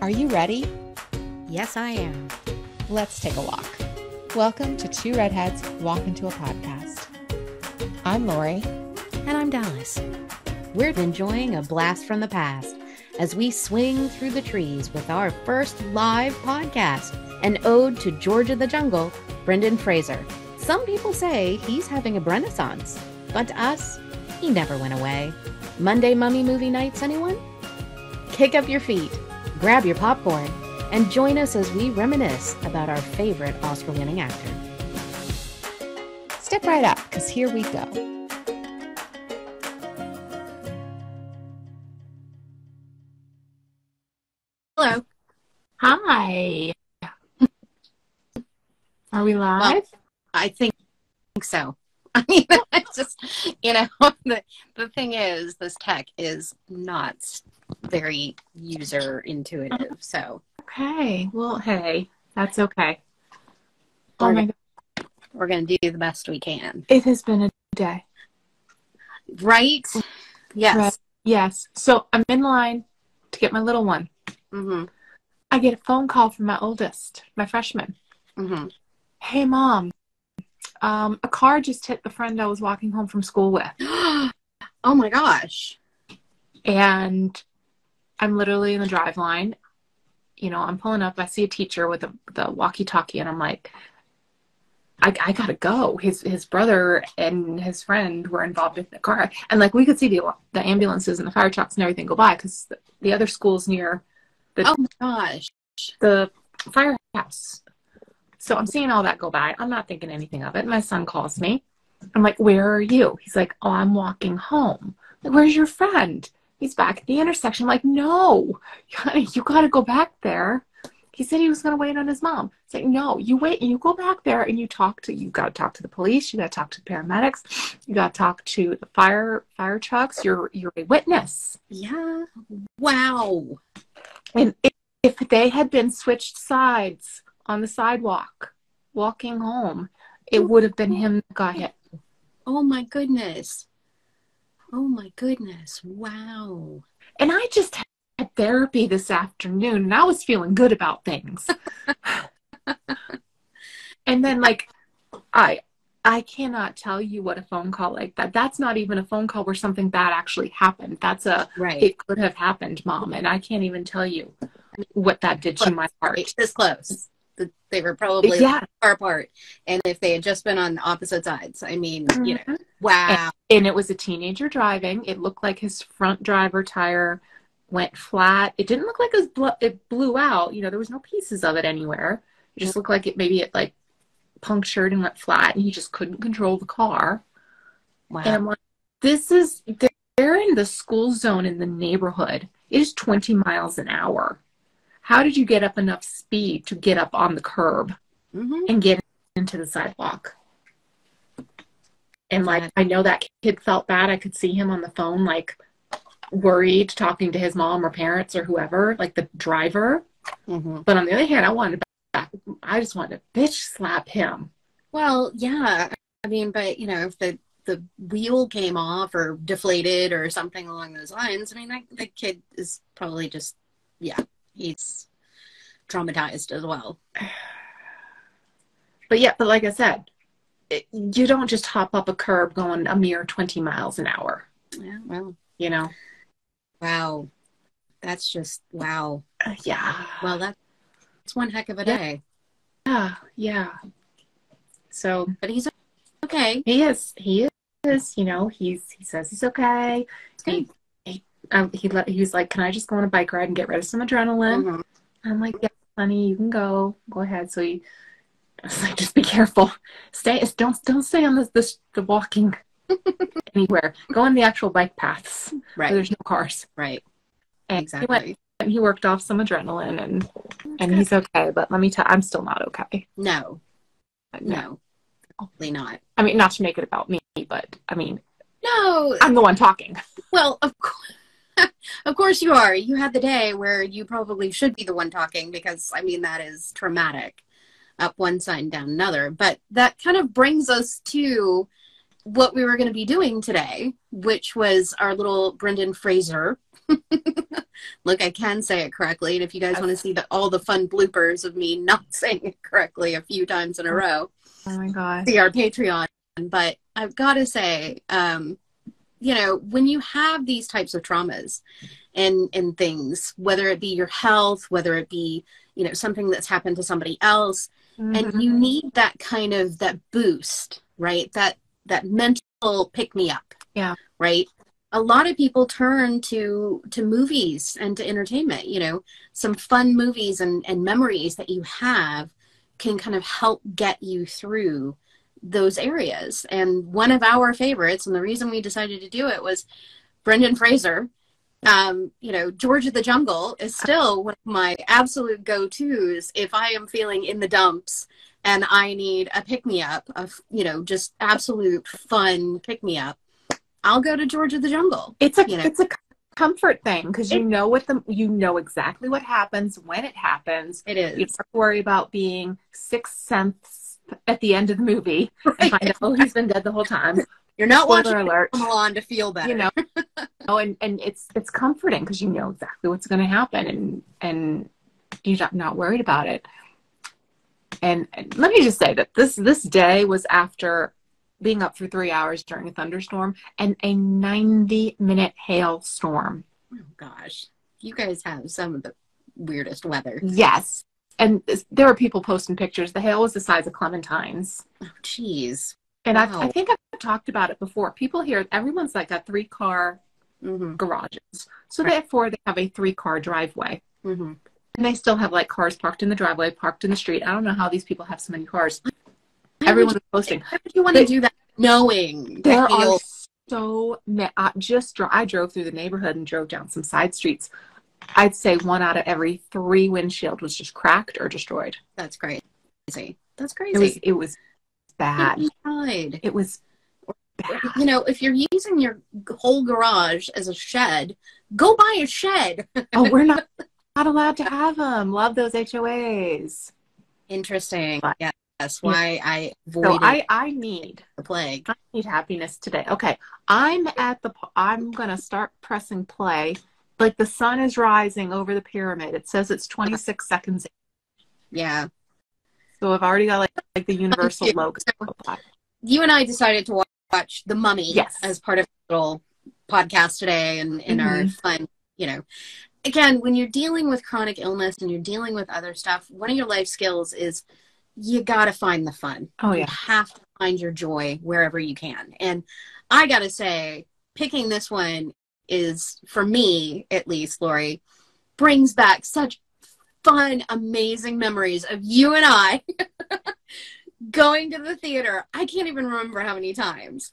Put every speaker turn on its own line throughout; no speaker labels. Are you ready?
Yes, I am.
Let's take a walk. Welcome to Two Redheads Walk Into a Podcast. I'm Lori.
And I'm Dallas. We're enjoying a blast from the past as we swing through the trees with our first live podcast, an ode to Georgia the Jungle, Brendan Fraser. Some people say he's having a renaissance, but to us, he never went away. Monday Mummy Movie Nights, anyone? Kick up your feet, grab your popcorn, and join us as we reminisce about our favorite Oscar winning actor.
Step right up, because here we go.
Hello.
Hi. Are we live?
Well, I think, think so. I mean, it's just, you know, the, the thing is, this tech is not very user intuitive. So
okay. Well, hey, that's okay.
We're
Oh my
gonna-
God.
we're going to do the best we can.
It has been a day.
Right? Yes.
Right. Yes. So I'm in line to get my little one.
Mm
I get a phone call from my oldest, my freshman.
hmm. Mm
Hey, mom. Um, a car just hit the friend I was walking home from school with.
hmm. oh my gosh.
and I'm literally in the drive line. You know, I'm pulling up. I see a teacher with a, the walkie-talkie, and I'm like, I, I gotta go. His his brother and his friend were involved in the car, and like we could see the the ambulances and the fire trucks and everything go by because the, the other school's near
Oh my gosh.
the firehouse. So I'm seeing all that go by. I'm not thinking anything of it. My son calls me. I'm like, Where are you? He's like, Oh, I'm walking home. I'm like, Where's your friend? He's back at the intersection. I'm like, No, honey, you got to go back there. He said he was going to wait on his mom. It's like, No, you wait and you go back there and you talk to, you got to talk to the police. You got to talk to the paramedics. You got to talk to the fire, fire trucks. You're, you're a witness.
Yeah. Wow.
And if, if they had been switched sides on the sidewalk, walking home, it would have been him that got hit.
Oh my goodness. Oh my goodness. Wow.
And I just had therapy this afternoon and I was feeling good about things. and then like I I cannot tell you what a phone call like that. That's not even a phone call where something bad actually happened. That's a
Right.
it could have happened, mom, and I can't even tell you what that did to my heart.
It's this close. The- They were probably
Yeah.
far apart. And if they had just been on opposite sides, I mean,
Mm.
you know, wow.
and it was a teenager driving. It looked like his front driver tire went flat. It didn't look like it was blo- it blew out. You know, there was no pieces of it anywhere. It just looked like it maybe it like punctured and went flat, and he just couldn't control the car. And
Wow.
I'm like, this is they're in the school zone in the neighborhood. It is 20 miles an hour. How did you get up enough speed to get up on the curb?
hmm
and get into the sidewalk. And like, I know that kid felt bad. I could see him on the phone, like worried, talking to his mom or parents or whoever, like the driver.
hmm
But on the other hand, I wanted to back, I just wanted to bitch slap him.
Well, yeah. I mean, but, you know, if the, the wheel came off or deflated or something along those lines, I mean, that, the kid is probably just, yeah, he's traumatized as well.
But yeah, but like I said, it, you don't just hop up a curb going a mere 20 miles an hour,
Yeah, well,
you know?
wow. That's just, wow.
Uh, yeah.
Well, that- that's one heck of a
Yeah.
day.
Yeah. Yeah. So
But he's okay.
he is, he is, you know, he's, he says he's okay.
It's good.
um, he let, he was like, "Can I just go on a bike ride and get rid of some adrenaline?"
Mhm.
I'm like, "Yeah, honey, you can go. Go ahead." So he, I was like, "Just be careful. Stay. Don't don't stay on this this the walking anywhere. Go on the actual bike paths where
Right,
there's no cars."
right.
And he went
Exactly.
and he worked off some adrenaline and and he's okay. But let me tell, I'm still not okay.
No,
Yeah.
no, probably not.
I mean, not to make it about me, but I mean,
No,
I'm the one talking.
well, of course, of course you are. You had the day where you probably should be the one talking because, I mean, that is traumatic, up one side and down another. But that kind of brings us to what we were going to be doing today, which was our little Brendan Fraser. Look, I can say it correctly, and if you guys want to see the, all the fun bloopers of me not saying it correctly a few times in a row,
Oh my god.
see our Patreon. But I've got to say, um, you know, when you have these types of traumas and and things, whether it be your health, whether it be you know something that's happened to somebody else,
Mm-hmm.
and you need that kind of that boost right that that mental pick me up
Yeah.
right a lot of people turn to to movies and to entertainment you know some fun movies and and memories that you have can kind of help get you through those areas and one of our favorites and the reason we decided to do it was brendan fraser um, you know, George of the Jungle is still one of my absolute go tos if I am feeling in the dumps and I need a pick me up of, you know, just absolute fun pick me up. I'll go to George of the Jungle.
it's a
you know.
it's a comfort thing because you know what the you know exactly what happens when it happens.
It
You don't
is.
have to worry about being sixth sense at the end of the movie. And find out, oh, he's been dead the whole time.
You're not watching
Spoiler alert.
Mulan to feel better.
You know, oh, and and it's it's comforting because you know exactly what's going to happen, and and you're not, not worried about it. And, and let me just say that this this day was after being up for three hours during a thunderstorm and a 90 minute hailstorm.
Oh, gosh. You guys have some of the weirdest weather.
Yes. And this- there were people posting pictures. The hail was the size of clementines.
Oh, jeez.
And I've, I
Wow.
think I've talked about it before. People here, everyone's like got three car
Mm-hmm.
garages. So therefore, they have a three car driveway.
Mm-hmm.
And they still have like cars parked in the driveway, parked in the street. I don't know how these people have so many cars. Everyone was posting.
Why would you want to
They-
do that knowing
There
that
are
you'll
so many. I just dro- I drove through the neighborhood and drove down some side streets. I'd say one out of every three windshield was just cracked or destroyed.
That's crazy. That's
It was
crazy.
it was bad.
Get inside.
It was bad.
you know, if you're using your g- whole garage as a shed, go buy a shed.
Oh, we're not not allowed to have them. Love those HOAs.
Interesting.
But-
Yeah, that's why I avoided
So I I need
the plague.
I need happiness today. Okay, I'm at the p- I'm gonna start pressing play. Like the sun is rising over the pyramid. It says it's 26 seconds. in.
Yeah.
So I've already got like, like the universal
you.
logo.
You and I decided to wa- watch The Mummy
Yes.
as part of our little podcast today and in our fun, you know. Again, when you're dealing with chronic illness and you're dealing with other stuff, one of your life skills is you got to find the fun.
Oh
you
yeah,
have to find your joy wherever you can and i gotta say picking this one is for me at least lori brings back such fun amazing memories of you and i going to the theater i can't even remember how many times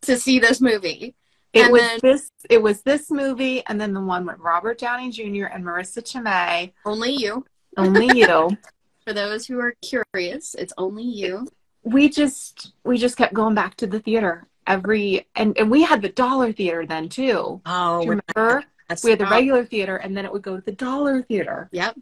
to see this movie
it
And
was
then-
this. It was this movie, and then the one with Robert Downey Jr. and Marissa Tomei.
only you
Only you.
for those who are curious it's only you
we just we just kept going back to the theater every and and we had the dollar theater then too
oh
Do you remember we had the
regular.
regular theater and then it would go to the dollar theater
yep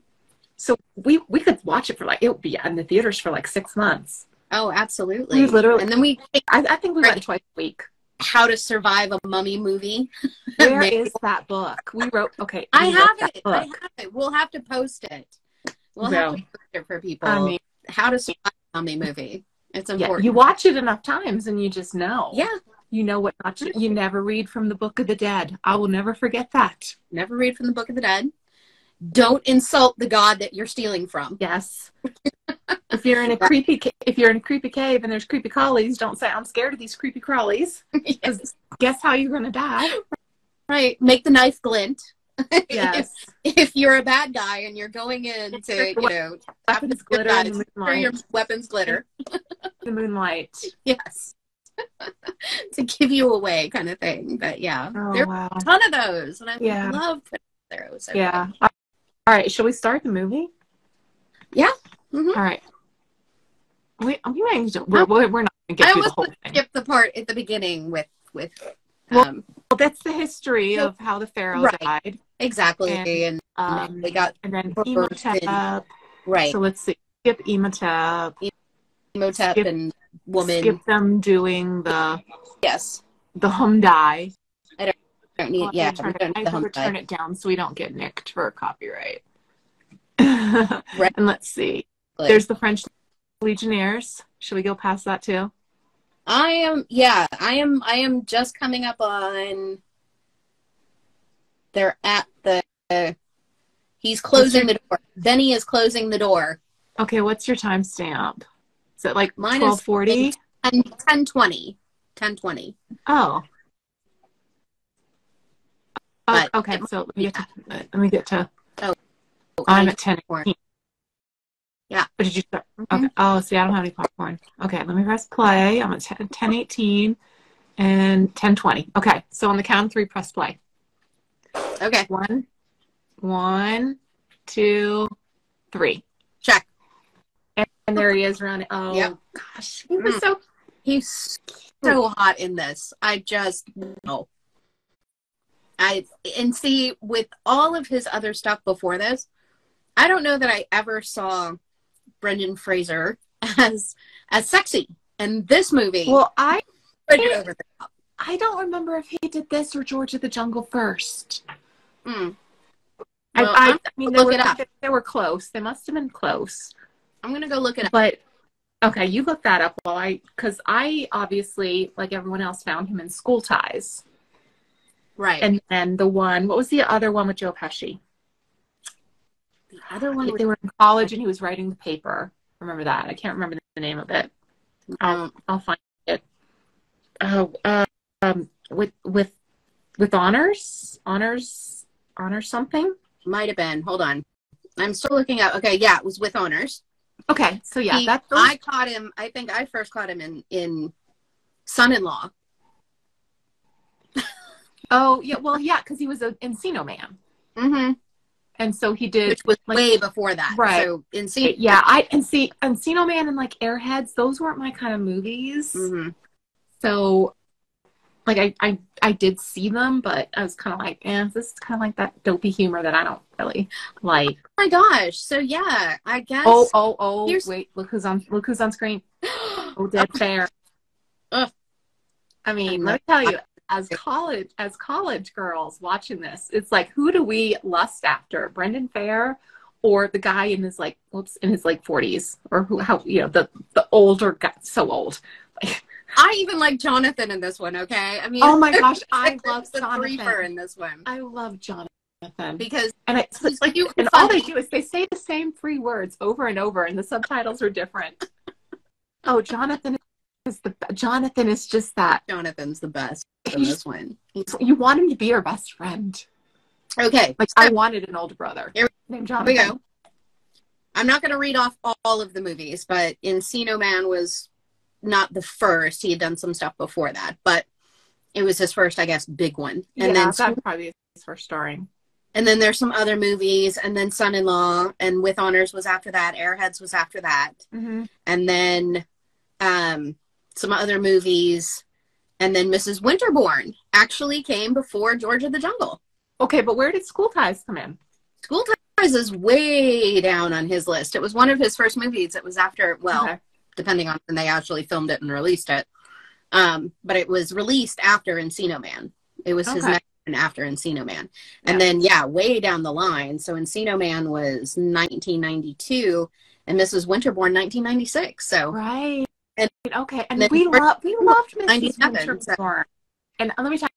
so we we could watch it for like it would be in the theaters for like six months
oh absolutely
We literally-
and then we
i, I think we went
Right.
twice a week
how to survive a mummy movie
where
Maybe.
is that book we wrote okay
I
we wrote
have
that
it. I
book.
have it. We'll have to post it. We'll have to
Yeah.
post it for people.
I mean
how to survive a mummy movie. It's
yeah,
important.
you watch it enough times and you just know
Yeah,
you know what not to, you never read from the book of the dead i will never forget that
never read from the Book of the Dead. Don't insult the god that you're stealing from.
Yes. if you're in a creepy, ca- if you're in a creepy cave and there's creepy crawlies, don't say I'm scared of these creepy crawlies. 'Cause Guess how you're gonna die?
Right. Make the knife glint.
Yes.
if, if you're a bad guy and you're going in to, you know,
Weapons glitter in the
for your
moonlight.
weapons glitter.
The moonlight.
Yes. to give you away kind of thing. But yeah.
Oh
there
wow.
are a ton of those. And I
Yeah.
love putting there. It was so
Yeah. All right. Shall we start the movie?
Yeah. Mhm.
All right. We we might need to, we're, we're we're not gonna
I
get through the
almost
whole thing.
skip the part at the beginning with with
Well-
um,
Well, that's the history of how the pharaoh
Right.
died.
exactly and,
And- Um,
they got
and then
Or-
Imhotep.
right
So let's see. Skip Imhotep.
Imhotep
skip-
and woman.
Skip them doing the
Yes.
the home die.
Don't need, yeah. we don't need
I
the
have
hump
to turn
die.
it down so we don't get nicked for copyright. And let's see.
Like,
There's the French Legionnaires. Should we go past that too?
I am. Yeah. I am. I am just coming up on. They're at the. he's closing the door. Then he is closing the door.
Okay, what's your timestamp? Is it like
Mine is-
twelve forty?
And 1020. 1020.
Oh. Oh,
But-
okay, so let me get to, let me get to
Oh,
I'm
I-
at ten.
popcorn.
Yeah.
Yeah. Mm-hmm.
But did you start? Okay. Oh, see, I don't have any popcorn. Okay, let me press play. I'm at 10, 18 and ten twenty. Okay, so on the count of three, press play.
okay.
One, one, two, three.
Check.
And there he is running. Oh,
Yep.
gosh. He
Hmm.
was so.
He's so hot in this. I just no. I and see with all of his other stuff before this, I don't know that I ever saw Brendan Fraser as as sexy. And this movie,
Well, I
put it over the top.
I don't remember if he did this or George of the Jungle first.
Mm.
I-
Well,
I,
I'm-
I mean,
to
they
look
were,
it up.
they were close. They must have been close.
I'm gonna go look it up.
But okay, you look that up while I, because I obviously, like everyone else, found him in School Ties,
Right.
and then the one, what was the other one with Joe Pesci?
the other one,
They were in college, and he was writing the paper. Remember that? I can't remember the name of it.
um,
I'll find it. Oh, uh, um, with with with honors, honors, honor something.
might have been. Hold on. I'm still looking up. Okay, yeah, it was with owners.
Okay, so yeah,
He-
that's
I caught him. I think I first caught him in in son-in-law.
oh yeah, well yeah, because he was an Encino man,
Mm-hmm.
and so he did
Which was
like-
way before that.
Right.
So in
It-
scene.
yeah, I and see Encino Man and like Airheads, those weren't my kind of movies.
Mhm.
So like I, I I did see them, but I was kinda like, eh, this is kinda like that dopey humor that I don't really like.
Oh my gosh. So yeah, I guess.
Oh, oh, oh
Here's-
wait, look who's on look who's on screen. Oh dead fair.
Ugh.
I mean,
I'm
let me tell you, as college as college girls watching this, it's like who do we lust after? Brendan Fair or the guy in his like whoops in his like forties or who how you know the the older guy so old.
I even like Jonathan in this one. Okay. I mean.
Oh my gosh, I love
the threefer
Jonathan.
in this one
I love Jonathan.
because
And it's
he's
like
cute and
and all they
funny.
do is they say the same three words over and over and the subtitles are different. Oh, Jonathan is the Jonathan is just that.
Jonathan's the best in
He's
this one.
you want him to be your best friend.
Okay.
Like
So-
I wanted an older brother
Here
named
we
Jonathan.
go. I'm not going to read off all of the movies, but Encino Man was not the first. He had done some stuff before that, but it was his first, I guess, big one.
And
And then
that probably is his first starring.
and then there's some other movies, and then Son in Law, and With Honors was after that. Airheads was after that,
Mm-hmm.
and then um, some other movies, and then Mrs. Winterbourne actually came before George of the Jungle.
Okay, but where did School Ties come in?
School Ties is way down on his list. It was one of his first movies. It was after well.
Okay.
depending on when they actually filmed it and released it. Um, but it was released after Encino Man. It was his
Okay.
next one after Encino Man.
Yeah.
And then, yeah, way down the line. So Encino Man was 1992 and Mrs. Winterborn 1996. So
right.
And-
okay, and
then
we
first-
love we loved Mrs.
97,
Winterbourne. And uh, let me tell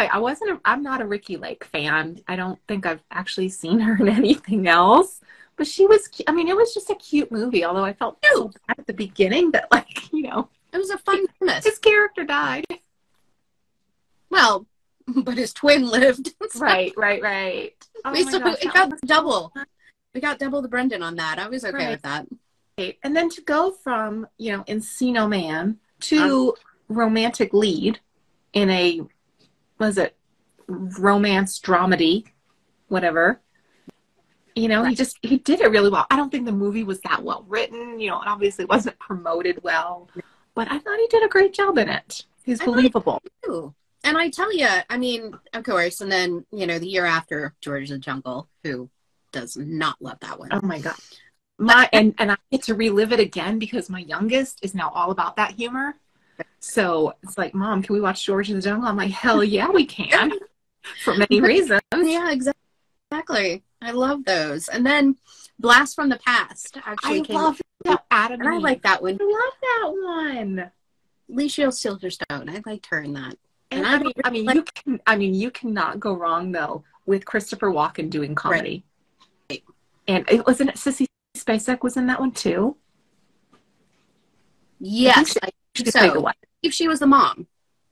you, I wasn't. A, I'm not a Ricky Lake fan. I don't think I've actually seen her in anything else. But she was. cu- I mean, it was just a cute movie. Although I felt so bad at the beginning that, like, you know,
it was a fun premise.
his character died.
Well, but his twin lived. So
Right, right, right. Oh
we
my
still,
gosh,
it
that
got
was
double. We got double the Brendan on that. I was okay
Right.
with that.
great. And then to go from, you know, Encino Man to
Uh-huh.
romantic lead in a, was it romance dramedy, whatever. You know, he
Right.
just, he did it really well. I don't think the movie was that well written, you know, and obviously wasn't promoted well, but I thought he did a great job in it. He's
I thought he-
believable.
Ooh. And I tell you, I mean, of course, and then, you know, the year after George of the Jungle, who does not love that one.
Oh my God. my and and I get to relive it again because my youngest is now all about that humor. So it's like, Mom, can we watch George in the Jungle? I'm like, Hell yeah, we can. For many reasons.
Oh, Yeah, exac- exactly. I love those. And then Blast from the Past actually
I
came.
love that Adam.
and I
Eve.
like that one.
I love that one.
Alicia Silverstone. I liked her in that. And
And I
I
mean, I mean, you can. I mean, you cannot go wrong though with Christopher Walken doing comedy.
Right.
And it wasn't it Sissy Spacek was in that one too.
Yes, I
She
think so.
played the wife.
If she was the mom,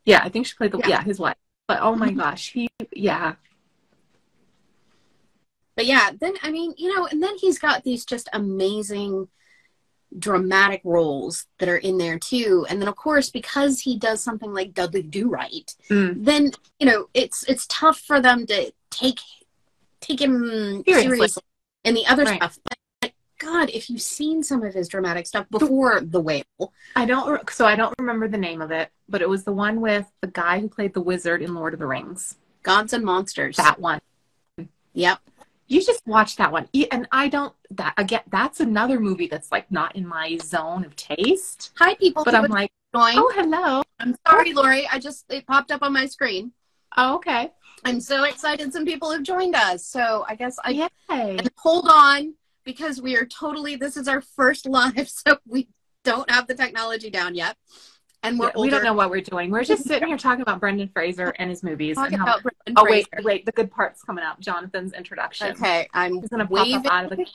Yeah, I think she played the yeah,
Yeah. Mm-hmm.
his wife. But oh my gosh, he yeah
but yeah, then I mean, you know, and then he's got these just amazing dramatic roles that are in there too. And then of course, because he does something like Dudley Do Right,
Mm.
then you know it's it's tough for them to take take him
Seriously.
seriously, and the other
Right.
stuff. But, like, God, if you've seen some of his dramatic stuff before The Whale,
I don't. re- So I don't remember the name of it, but it was the one with the guy who played the wizard in Lord of the Rings.
Gods and Monsters.
That one.
Yep.
You just watch that one, E- and I don't. That again. That's another movie that's like not in my zone of taste.
Hi, people.
But
who
I'm
are
like,
joining.
oh hello.
I'm sorry, Lori. I just it popped up on my screen.
Oh, okay.
I'm so excited. Some people have joined us. So I guess I
Yay.
and hold on because we are totally. This is our first live, so we don't have the technology down yet, and we're
Yeah, we don't
older.
know what we're doing. We're just sitting here talking about Brendan Fraser and his movies.
Talk
And how,
about Brendan
oh wait,
Fraser.
wait, the good part's coming up. Jonathan's introduction.
Okay, I'm
He's gonna pop
waving.
up out of the.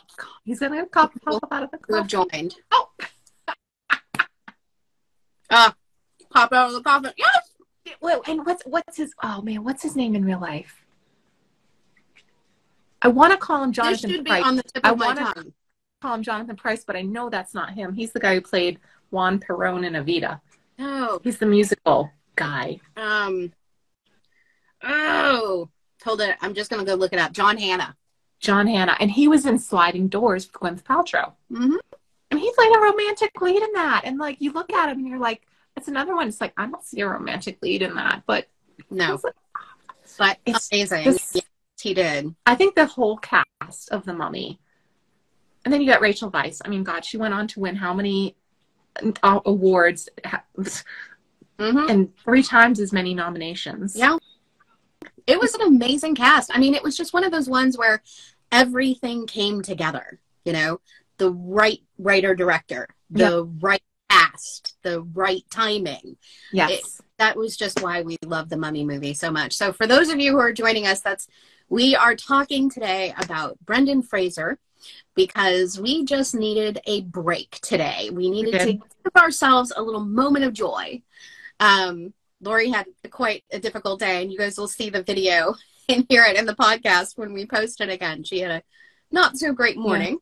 He's gonna pop, pop up out of the.
Who have
Coffee.
joined?
Oh.
Ah, pop out of the coffin. Yes.
Wait, and what's what's his? Oh man, what's his name in real life? I want to call him
This
Jonathan
should be
Price.
on the tip of
I
my
wanna-
tongue.
call him Jonathan Price, but I know that's not him. He's the guy who played Juan Perón in Evita.
No.
He's the musical guy.
Oh, Um. Oh, hold it. I'm just gonna go look it up. John Hannah.
John Hanna, and he was in Sliding Doors with Gwyneth Paltrow.
Mm-hmm.
And he played a romantic lead in that. And like you look at him and you're like, that's another one. It's like I don't see a romantic lead in that. But
No,
it's like-
but
It's
amazing.
this-
Yes, he did.
I think the whole cast of the mummy. And then you got Rachel Weisz. I mean, God, she went on to win how many uh, awards ha-
hmm
and three times as many nominations.
Yeah. It was an amazing cast. I mean, it was just one of those ones where everything came together. You know, the right writer director, the right cast, the right timing.
Yes.
That was just why we love the Mummy movie so much. So, for those of you who are joining us, that's we are talking today about Brendan Fraser because we just needed a break today. We needed
did.
to give ourselves a little moment of joy. Um, Lori had quite a difficult day, and you guys will see the video and hear it in the podcast when we post it again. She had a not so great morning.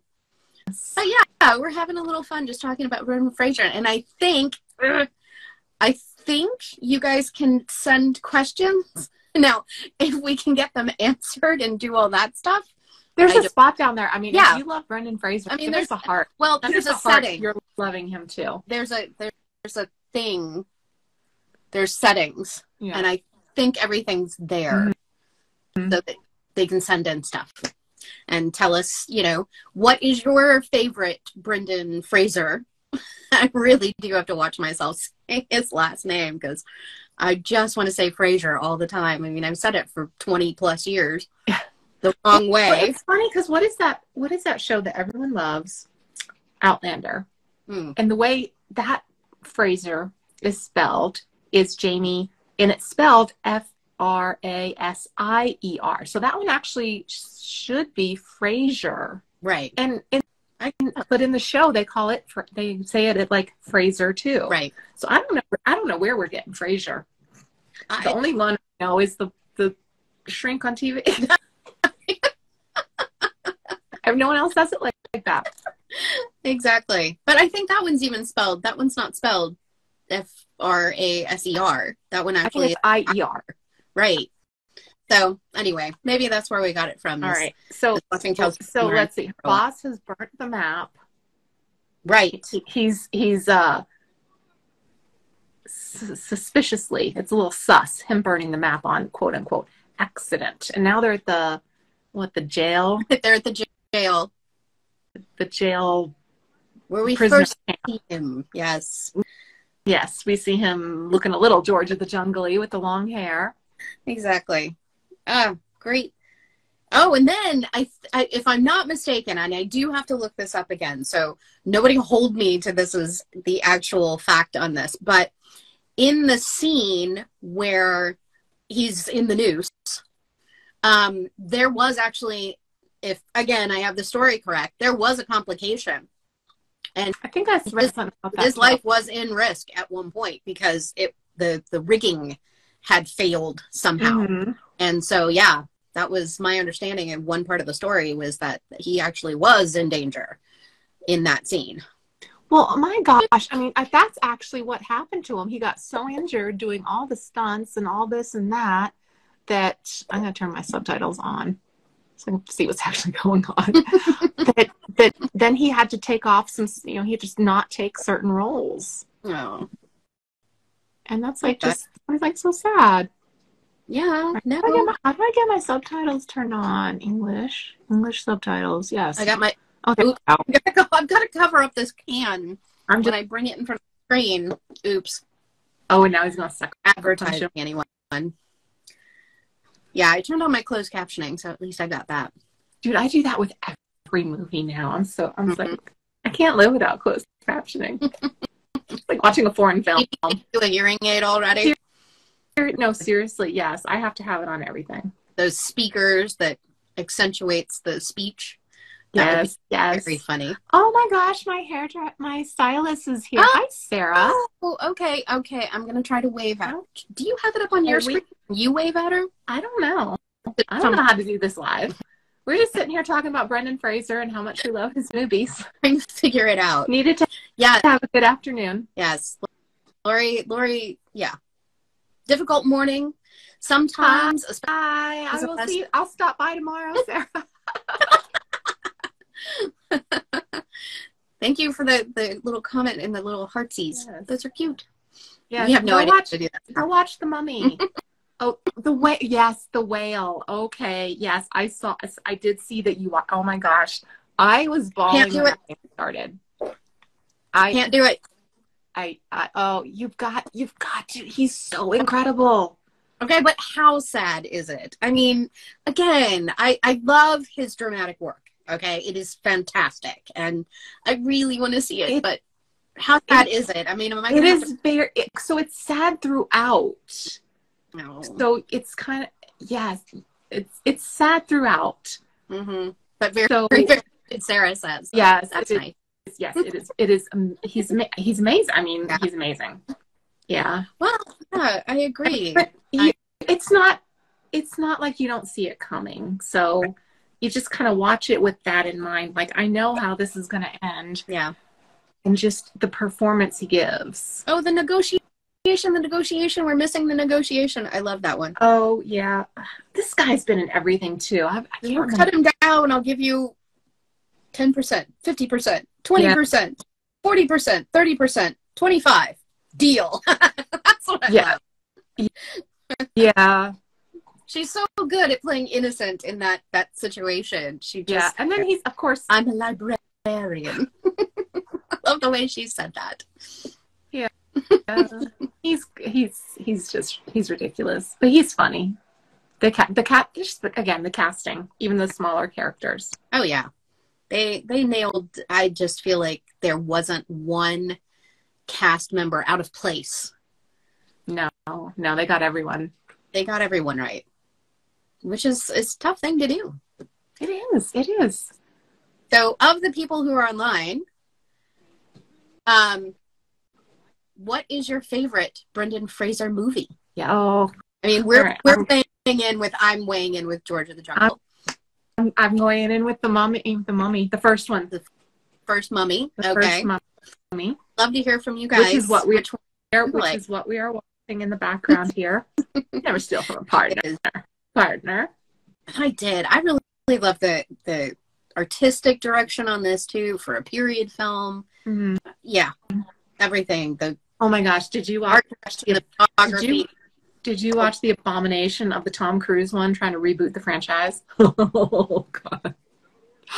Yes.
But yeah, we're having a little fun just talking about Brendan Fraser, and I think, I think you guys can send questions now if we can get them answered and do all that stuff.
There's
I
a
don't-
spot down there. I mean,
Yeah.
if you love Brendan Fraser,
I mean,
there's a
there's-
heart.
Well,
If
there's a
heart,
setting.
You're loving him too.
There's a there's a thing. There's settings,
Yeah.
and I think everything's there,
Mhm.
so that they can send in stuff and tell us, you know, what is your favorite Brendan Fraser? I really do have to watch myself say his last name because I just want to say Fraser all the time. I mean, I've said it for twenty plus years, the wrong
Well,
way.
it's funny because what is that? What is that show that everyone loves? Outlander.
Hmm.
And the way that Fraser is spelled is Jamie, and it's spelled F R A S I E R. So that one actually should be Fraser.
Right,
And in,
I-
but in the show they call it Fra- they say it, like Fraser too.
right.
So I don't know. I don't know where we're getting Fraser. The
I,
only one I know is the the shrink on TV. And no one else does it like, like that.
exactly, but I think that one's even spelled. That one's not spelled F R A S E R. That one
I think
actually
it's I E R.
Right. So anyway, maybe that's where we got it from.
All
is
right. So
just watching
so,
Kelsey
so
Grammer.
let's see. Her boss has burnt the map.
Right.
He- He's he's uh sus- suspiciously. It's a little sus him burning the map on quote unquote accident. And now they're at the what the jail
They're at the j- jail.
the jail.
Where we
prisoner
first
camp.
see him. Yes.
Yes, we see him looking a little George of the Jungle with the long hair.
Exactly. Oh, great. Oh, and then I, I, if I'm not mistaken, and I do have to look this up again, so nobody hold me to this is the actual fact on this, but in the scene where he's in the noose, um, there was actually, if again I have the story correct, there was a complication.
I think I read
His-
something about that.
His
too.
life was in risk at one point because it the the rigging had failed somehow.
Mhm.
And so, yeah, that was my understanding. And one part of the story was that he actually was in danger in that scene.
Well, my gosh, I mean, I- that's actually what happened to him. He got so injured doing all the stunts and all this and that that I'm going to turn my subtitles on so I can see what's actually going on. that that then he had to take off some, you know, he had to not take certain roles,
Oh,
and that's like
Okay.
just I was like so sad.
yeah, no.
How do, I get my, how do I get my subtitles turned on? English, English subtitles. Yes.
I got my.
Oh, there we go.
I've got, to, I've got to cover up this can
I'm
when
just.
I bring it in front of the screen. Oops,
Oh, and now he's gonna suck.
advertising anyone. Yeah, I turned on my closed captioning, so at least I got that.
Dude, I do that with every movie now. I'm so. I'm just like, I can't live without closed captioning. it's like watching a foreign film.
You a hearing aid already?
Here- No, seriously, yes, I have to have it on everything.
Those speakers that accentuates the speech. That would be
Yes, yes.
Very funny.
Oh my gosh, my hair, dry- my stylist is here.
Oh.
Hi, Sarah.
Oh, okay, okay. I'm gonna try to wave out. Do you have it up on your
Are we-
screen? You wave at her.
I don't know. I don't know how to do this live. We're just sitting here talking about Brendan Fraser and how much we love his movies.
trying to figure it out.
Needed to
Yeah,
have a good afternoon.
yes. Lori, Lori, yeah. Difficult morning. Sometimes, especially
Bye.
Is
I
it
will
last-
see you. I'll stop by tomorrow, Sarah.
thank you for the, the little comment and the little heartsies.
Yes.
Those are cute.
Yeah,
we have no
go
idea how
Watch,
to do
go
that.
watch the mummy. oh, the whale. Yes, the whale. Okay. Yes, I saw. I did see that you. wa- Oh my gosh, I was bawling
do
when
it.
I started. I,
Can't do it.
I, I, oh, you've got, you've got to. He's so incredible.
Okay, but how sad is it? I mean, again, I, I love his dramatic work. Okay, it is fantastic, and I really want to see it,
It-
But how sad is it? I mean, am I?
It
gonna have
is very. It, so it's sad throughout.
to- No.
So it's kind of yes. It's it's sad throughout.
hmm But very,
So-
very, very good, Sarah says.
Yes,
that's
it-
nice.
Yes, it is. It is. Um, he's ama- he's amazing. I mean,
Yeah.
he's amazing. Yeah.
Well, yeah, I agree.
But
I-
you, it's not it's not like you don't see it coming. So you just kind of watch it with that in mind. Like I know how this is going to end
yeah.
and just the performance he gives.
Oh, the negotiation, the negotiation. We're missing the negotiation. I love that one.
Oh yeah. This guy's been in everything too. I, I can't
You
remember.
cut him down, I'll give you 10%, 50%, 20%, 40%, 30%, 25 Deal. That's what I
Yeah.
love.
Yeah.
She's so good at playing innocent in that that situation. She
Yeah.
just,
And then he's of course
I'm a librarian. I love the way she said that.
uh, he's he's he's just he's ridiculous, but he's funny. The cat the cat just again the casting, even the smaller characters.
Oh yeah. They they nailed I just feel like there wasn't one cast member out of place.
No. No, they got everyone.
They got everyone right. Which is is a tough thing to do.
It is. It is.
So of the people who are online, um what is your favorite Brendan Fraser movie?
Yeah. Oh,
I mean, we're
All right,
we're
I'm-
weighing in with I'm weighing in with George of the Jungle,
um, I'm, I'm going in with the mummy. The mummy. The first one.
first mummy.
The
Okay,
first mummy.
love to hear from you guys.
Which is what we-
Which one
There, which
Like-
is what we are watching in the background here. Never steal from a partner.
it is?
Partner.
I did. I really, really love the the artistic direction on this too for a period film.
Mhm.
Yeah, everything the
Oh my gosh! Did you watch?
art direction, the photography.
Did you- Did you watch the abomination of the Tom Cruise one trying to reboot the franchise? oh God.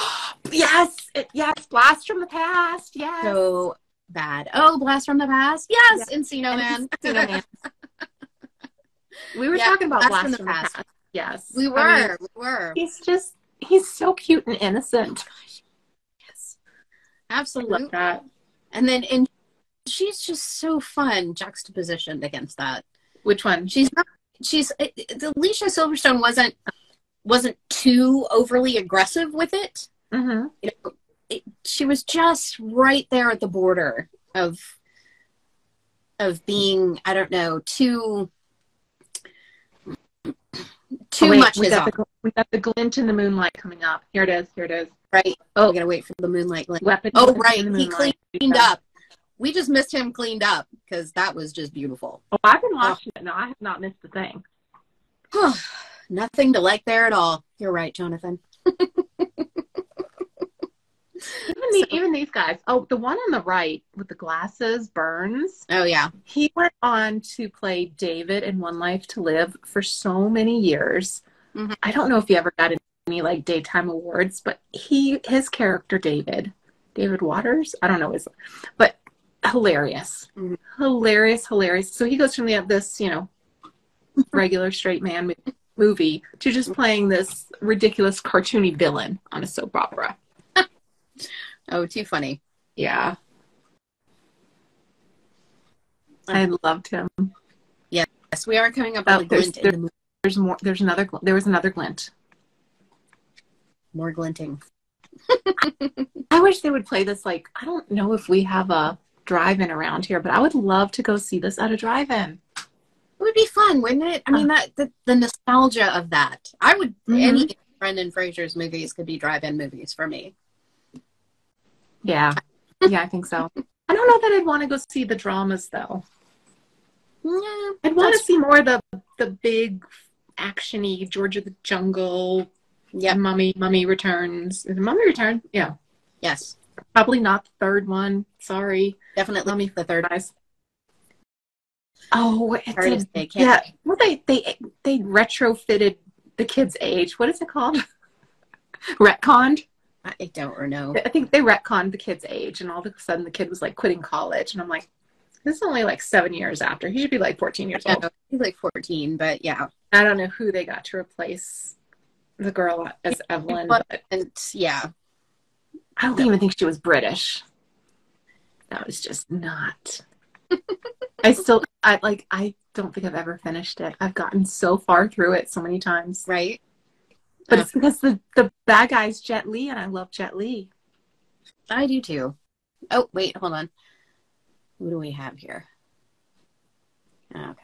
Yes, it, yes, blast from the past. Yes.
So bad. Oh, blast from the past. Yes, Encino
And
Man.
Encino Man. we were
Yeah,
talking about
Blast
blast
from the Past.
Yes,
we
I
were.
mean,
we were.
he's just he's so cute and innocent.
Yes.
I
Absolutely.
love that.
And then and she's just so fun juxtapositioned against that.
Which one?
She's not she's it- it- Alicia Silverstone wasn't wasn't too overly aggressive with it.
Mm-hmm.
You know, it, she was just right there at the border of of being, I don't know, too too much
we
is
got,
off,
the, gl- we got the glint in the moonlight coming up. Here it is. Here it is.
right?
Oh.
we gotta wait for the moonlight. glint.
Weapon.
Oh,
in
right,
the
he
moonlight.
cleaned up. We just missed him cleaned up because that was just beautiful.
Oh, I've been watching it. No, I have not missed a thing.
Nothing to like there at all. You're right, Jonathan.
Even the, even these guys. Oh, the one on the right with the glasses, Burns.
Oh yeah,
He went on to play David in One Life to Live for so many years.
Mhm.
I don't know if he ever got any like daytime awards, but he his character David, David Waters. I don't know his, but hilarious,
Mhm.
hilarious, hilarious. So he goes from the, this you know regular straight man mo- movie to just playing this ridiculous cartoony villain on a soap opera.
oh too funny.
Yeah. I loved him.
Yes, we are coming up
Oh,
on the
there's-
glint in the movie.
There's more. There's another. gl- There was another glint.
More glinting.
I wish they would play this. Like I don't know if we have a drive-in around here, but I would love to go see this at a drive-in.
It would be fun, wouldn't it? I mean, that the, the nostalgia of that. I would
Mhm.
any of Brendan Fraser's movies could be drive-in movies for me.
Yeah. Yeah, I think so. I don't know that I'd want to go see the dramas though.
Yeah,
I'd want to
That's-
see more of the the big actiony Georgia the Jungle.
Yep.
Mummy Mummy Returns. Is it Mummy Return? Yeah.
Yes.
Probably not the third one. Sorry,
Definitely
Mummy.
the third.
guys. Oh, it's
Hard
a
to say, can't
Yeah, well, they they they retrofitted the kid's age. What is it called? retconned.
I I don't know.
I think they retconned the kid's age, and all of a sudden the kid was like quitting college, and I'm like, this is only like seven years after. He should be like 14 years
Yeah,
old.
he's like 14, but yeah.
I don't know who they got to replace the girl as Evelyn.
But-
But
And yeah,
I don't even think she was British. That was just not. I still, I like, I don't think I've ever finished it. I've gotten so far through it so many times.
right?
But
Uh,
it's because the, the bad guy's Jet Li, and I love Jet Li.
I do too. Oh, wait, hold on. Who do we have here? Okay.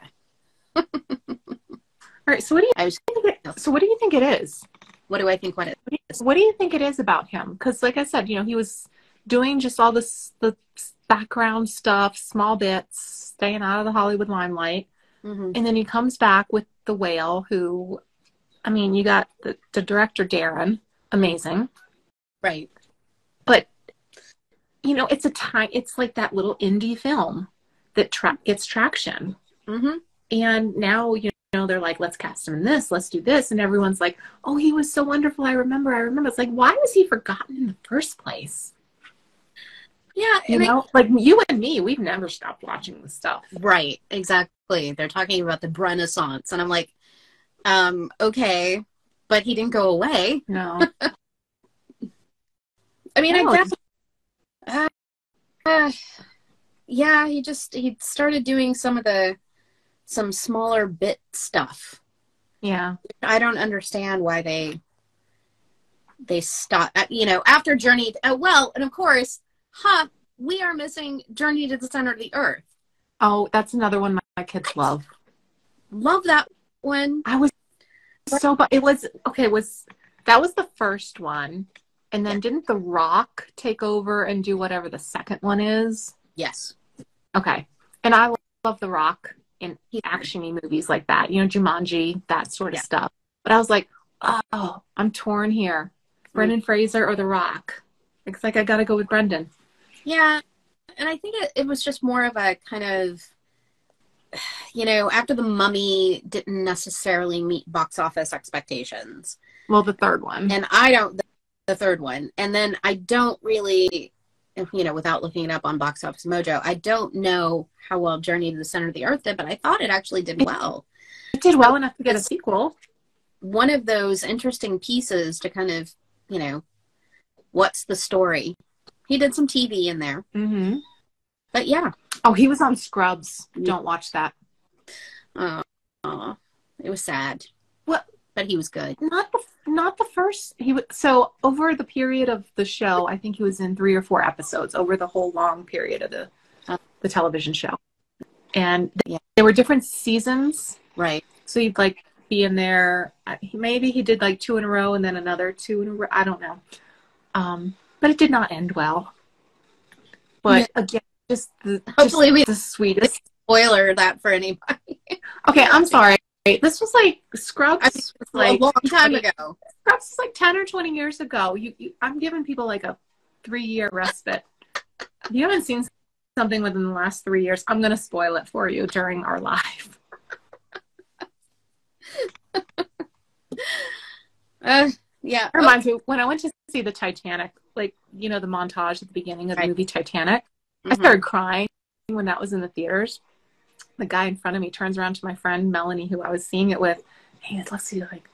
All right, so what do you,
I was
think it, so what do you think it is?
what do I think what it
What do you think it is about him? Because, like I said, you know, he was doing just all this the background stuff, small bits, staying out of the Hollywood limelight,
Mhm.
and then he comes back with the whale. Who, I mean, you got the, the director Darren, amazing.
Right.
You know, it's a time. It's like that little indie film that tra- gets traction.
Mm-hmm.
and now you know they're like let's cast him in this let's do this and everyone's like oh he was so wonderful i remember i remember it's like why was he forgotten in the first place
Yeah,
you
and I-
know like you and me we've never stopped watching this stuff
Right, exactly. They're talking about the Renaissance, and I'm like, um, okay, but he didn't go away.
no
I mean,
No,
I guess, uh, uh, yeah, he just he started doing some of the some smaller bit stuff.
yeah
I don't understand why they they stop. uh, You know, after Journey, uh, well, and of course, huh? We are missing Journey to the Center of the Earth.
oh that's another one my, my kids love
Love that one.
i was so but it was okay it was that was the first one and then didn't the rock take over and do whatever the second one is
Yes,
okay and i love the rock
he
actiony movies like that, you know, Jumanji, that sort of
Yeah.
stuff. But I was like, oh, I'm torn here. Brendan Fraser or The Rock? It's like I gotta go with Brendan.
Yeah, and I think it, it was just more of a kind of, you know, after the Mummy didn't necessarily meet box office expectations,
Well, the third one.
and I don't. The, the third one. And then I don't really, you know, without looking it up on Box Office Mojo, I don't know how well Journey to the Center of the Earth did, but I thought it actually did well.
It did well enough to get a sequel.
One of those interesting pieces to kind of, you know, what's the story? He did some TV in there,
Mm-hmm.
but yeah,
Oh, he was on Scrubs. Don't watch that.
uh, aw, it was sad.
What?
But he was good.
Not the not the first. He was so over the period of the show. I think he was in three or four episodes over the whole long period of the
Oh.
the television show. And th-
Yeah.
there were different seasons,
Right.
so you'd like be in there. I- he- Maybe he did like two in a row, and then another two in a row. I don't know. Um, but it did not end well. But again, just the,
Hopefully
just
we-
the sweetest.
Spoiler that for anybody.
Okay, I'm sorry. This was like Scrubs.
I mean,
was
Like,
like
a long time
20
ago.
Scrubs was like ten or twenty years ago. You, you I'm giving people like a three year respite. If you haven't seen something within the last three years, I'm gonna spoil it for you during our live.
Uh, yeah.
It reminds me when I went to see the Titanic, like you know the montage at the beginning of the
Right.
movie Titanic. I
Mhm.
started crying when that was in the theaters. The guy in front of me turns around to my friend Melanie, who I was seeing it with. Hey, it looks he's like,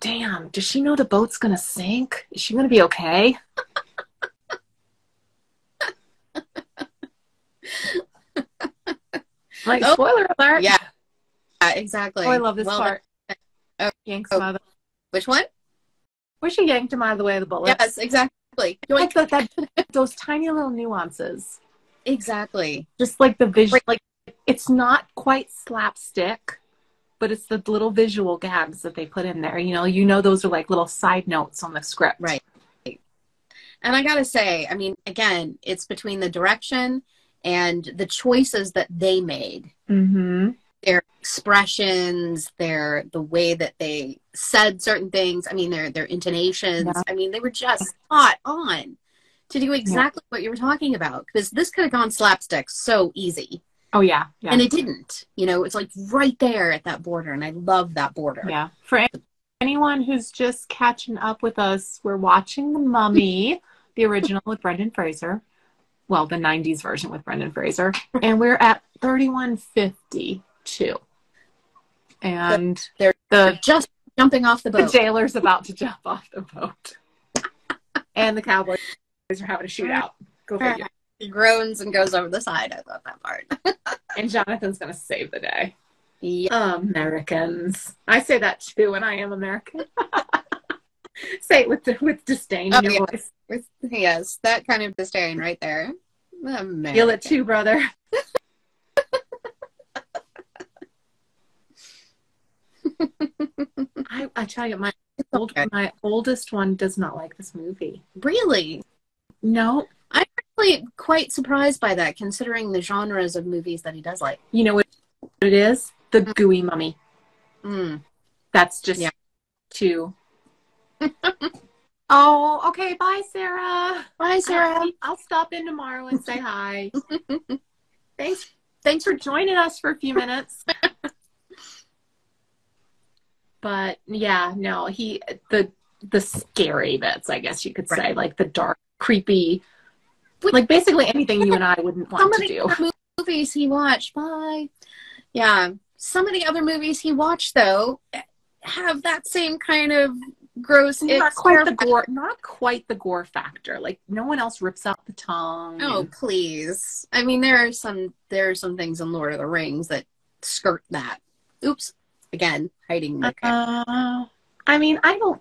damn, does she know the boat's gonna sink? Is she gonna be okay? like
Oh,
spoiler alert.
Yeah. Yeah, exactly.
Oh, I love this
Well,
part.
oh,
Yanks
oh.
him out of the
Which one?
where she yanked him out of the way of the bullet.
Yes, exactly.
Like that, that those tiny little nuances.
Exactly.
just like the visual
Right.
like it's not quite slapstick but it's the little visual gags that they put in there you know you know those are like little side notes on the script
Right. And I gotta say, I mean, again, it's between the direction and the choices that they made,
mm-hmm
their expressions, their the way that they said certain things. I mean, their their intonations.
Yeah.
I mean, they were just spot on to do exactly what you were talking about because this could have gone slapstick so easy,
oh yeah yeah
and it didn't. You know, it's like right there at that border, and I love that border.
yeah for an- anyone who's just catching up with us we're watching the mummy the original with brendan fraser well the 90s version with brendan fraser and we're at 3152 and
They're-
the
They're just jumping off the
the
boat.
jailer's about to jump off the boat. and the cowboys are having a shootout. Go figure.
He groans and goes over the side. I love that part.
And Jonathan's going to save the day.
yeah.
Americans. I say that too, and I am American. say it with, with disdain
Oh,
in your
yeah.
voice.
With- Yes, that kind of disdain right there. American.
Feel it too, brother. I, I tell you, my old,
Okay.
my oldest one does not like this movie.
Really?
No,
Really quite surprised by that, considering the genres of movies that he does like.
you know what it is? The gooey mummy.
Mm.
That's just
Yeah.
too. oh, okay. Bye, Sarah.
Bye, Sarah.
I'll, I'll stop in tomorrow and say hi. Thanks.
Thanks
Thanks
for
for joining us for a few minutes. but yeah, no, he the the scary bits, I guess you could say, like the dark, creepy,
Which-
like basically anything you and I wouldn't
some
want
of
to
the
do.
other movies he watched. Bye. Yeah. Some of the other movies he watched, though, have that same kind of gross.
not
ick
quite the
factor.
gore not quite the gore factor like no one else rips out the tongue
Oh,
and-
please. I mean, there are some there are some things in Lord of the Rings that skirt that. Oops. Again, hiding my character.
Uh, i mean i don't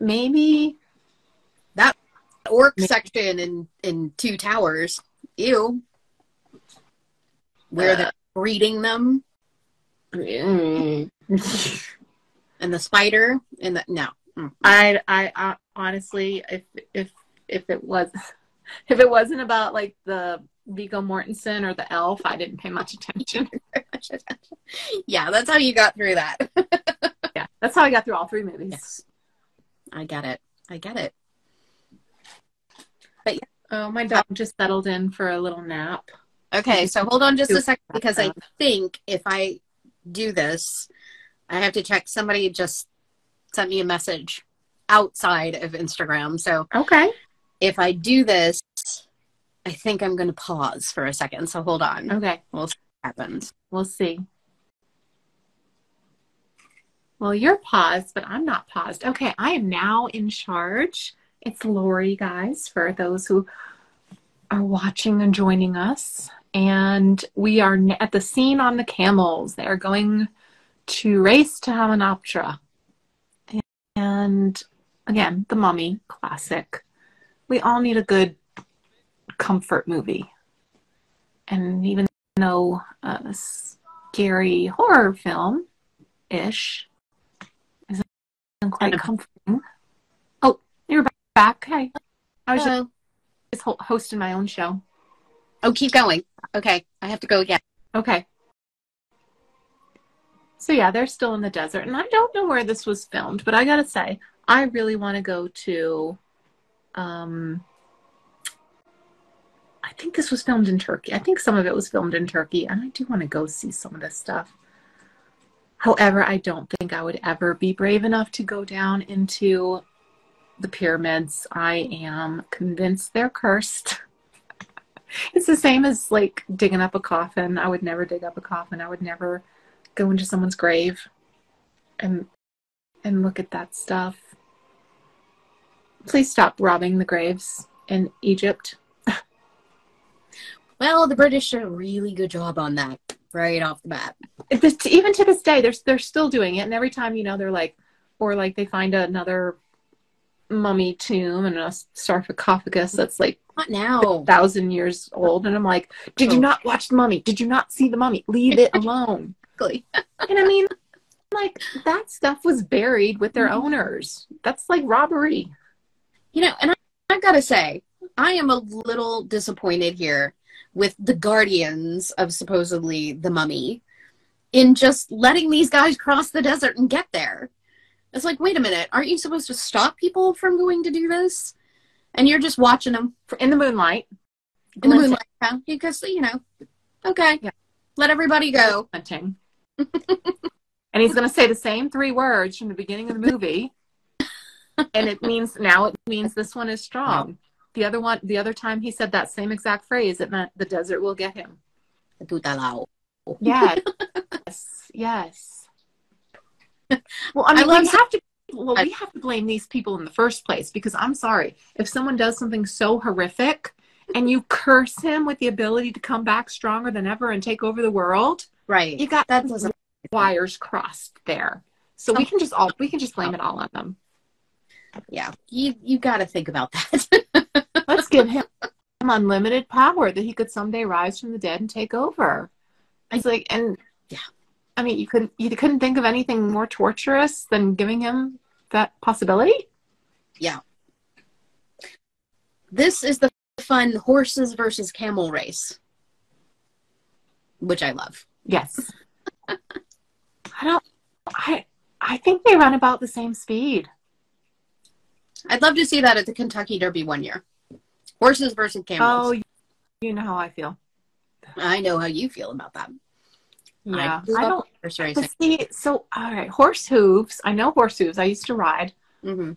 maybe
orc
Maybe.
section in in two towers ew
Uh.
where they're breeding them
mm.
and the spider and the no Mm.
I, I i honestly if if if it was if it wasn't about like the vigo mortensen or the elf i didn't pay much attention
yeah that's how you got through that
yeah that's how i got through all three movies
yes i get it i get it
oh my dog just settled in for a little nap
okay so hold on just a
Super
second because i think if i do this i have to check somebody just sent me a message outside of Instagram. So
Okay.
if I do this, I think I'm going to pause for a second. So hold on.
Okay.
Happens.
We'll see. Well, you're paused, but I'm not paused. Okay, I am now in charge. It's Lori, guys, for those who are watching and joining us. And we are n- at the scene on the camels. They are going to race to Hamanoptera. And again, the mummy classic. We all need a good comfort movie. And even no uh, scary horror film ish. Isn't quite
And a-
comforting. Oh, you're back. Hey, I was
Hello.
just ho- hosting my own show.
Oh, keep going. Okay. I have to go again.
Okay. So yeah, they're still in the desert, and I don't know where this was filmed, but I gotta say, I really want to go to. Um, I think this was filmed in Turkey. I think some of it was filmed in Turkey, and I do want to go see some of this stuff. However, I don't think I would ever be brave enough to go down into the pyramids. I am convinced they're cursed. It's the same as like digging up a coffin. I would never dig up a coffin. I would never go into someone's grave and and look at that stuff. Please stop robbing the graves in Egypt.
Well, the British did a really good job on that right off the bat.
If this- even to this day, they're they're still doing it. And every time you know, they're like, or like they find another mummy tomb and a sarcophagus that's like
Not now.
thousand years old, and I'm like, did you
Oh.
not watch the mummy? Did you not see the mummy? Leave it alone.
Exactly.
And I mean, like that stuff was buried with their owners. That's like robbery.
You know, and I, I've got to say, I am a little disappointed here with the guardians of supposedly the mummy in just letting these guys cross the desert and get there. It's like, wait a minute, aren't you supposed to stop people from going to do this? And you're just watching them
For- In the moonlight.
in the
Glinting.
moonlight huh? because, you know, okay,
Yeah.
let everybody go.
Glinting. and he's going to say the same three words from the beginning of the movie. and it means now it means this one is strong. The other one, the other time he said that same exact phrase, it meant the desert will get him.
Tutalao.
Yeah. yes. Yes. Well, I mean,
I love
we
some-
have to. Well, we have to blame these people in the first place because I'm sorry if someone does something so horrific and you curse him with the ability to come back stronger than ever and take over the world,
Right.
you got
that doesn't. Oh.
wires crossed there. So we can just all we can just blame it all on them.
Yeah. You you got to think about that.
Let's give him unlimited power that he could someday rise from the dead and take over. It's like, and
Yeah.
I mean, you couldn't you couldn't think of anything more torturous than giving him that possibility.
this is the fun horses versus camel race, which I love.
Yes. I don't. I I think they run about the same speed.
I'd love to see that at the Kentucky Derby one year. Horses versus camels.
Oh, you know how I feel.
I know how you feel about that.
Yeah,
I,
I
love
don't.
horse
But
racing.
see, so all right, horse hooves. I know horse hooves. I used to ride.
hmm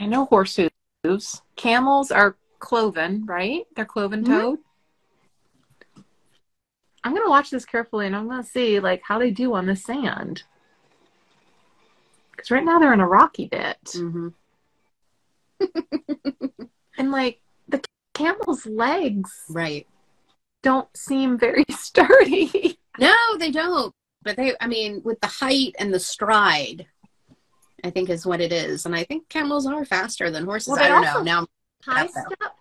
I know horse hooves. Camels are cloven, right? They're cloven
Mhm.
toed. I'm gonna watch this carefully, and I'm gonna see like how they do on the sand. Because right now they're in a rocky bit,
hmm
and like the camel's legs
Right.
don't seem very sturdy.
No, they don't. But they, I mean, with the height and the stride, I think is what it is. And I think camels are faster than horses.
Well,
I
they
don't
also-
know. Now,
High
Yeah, so.
step.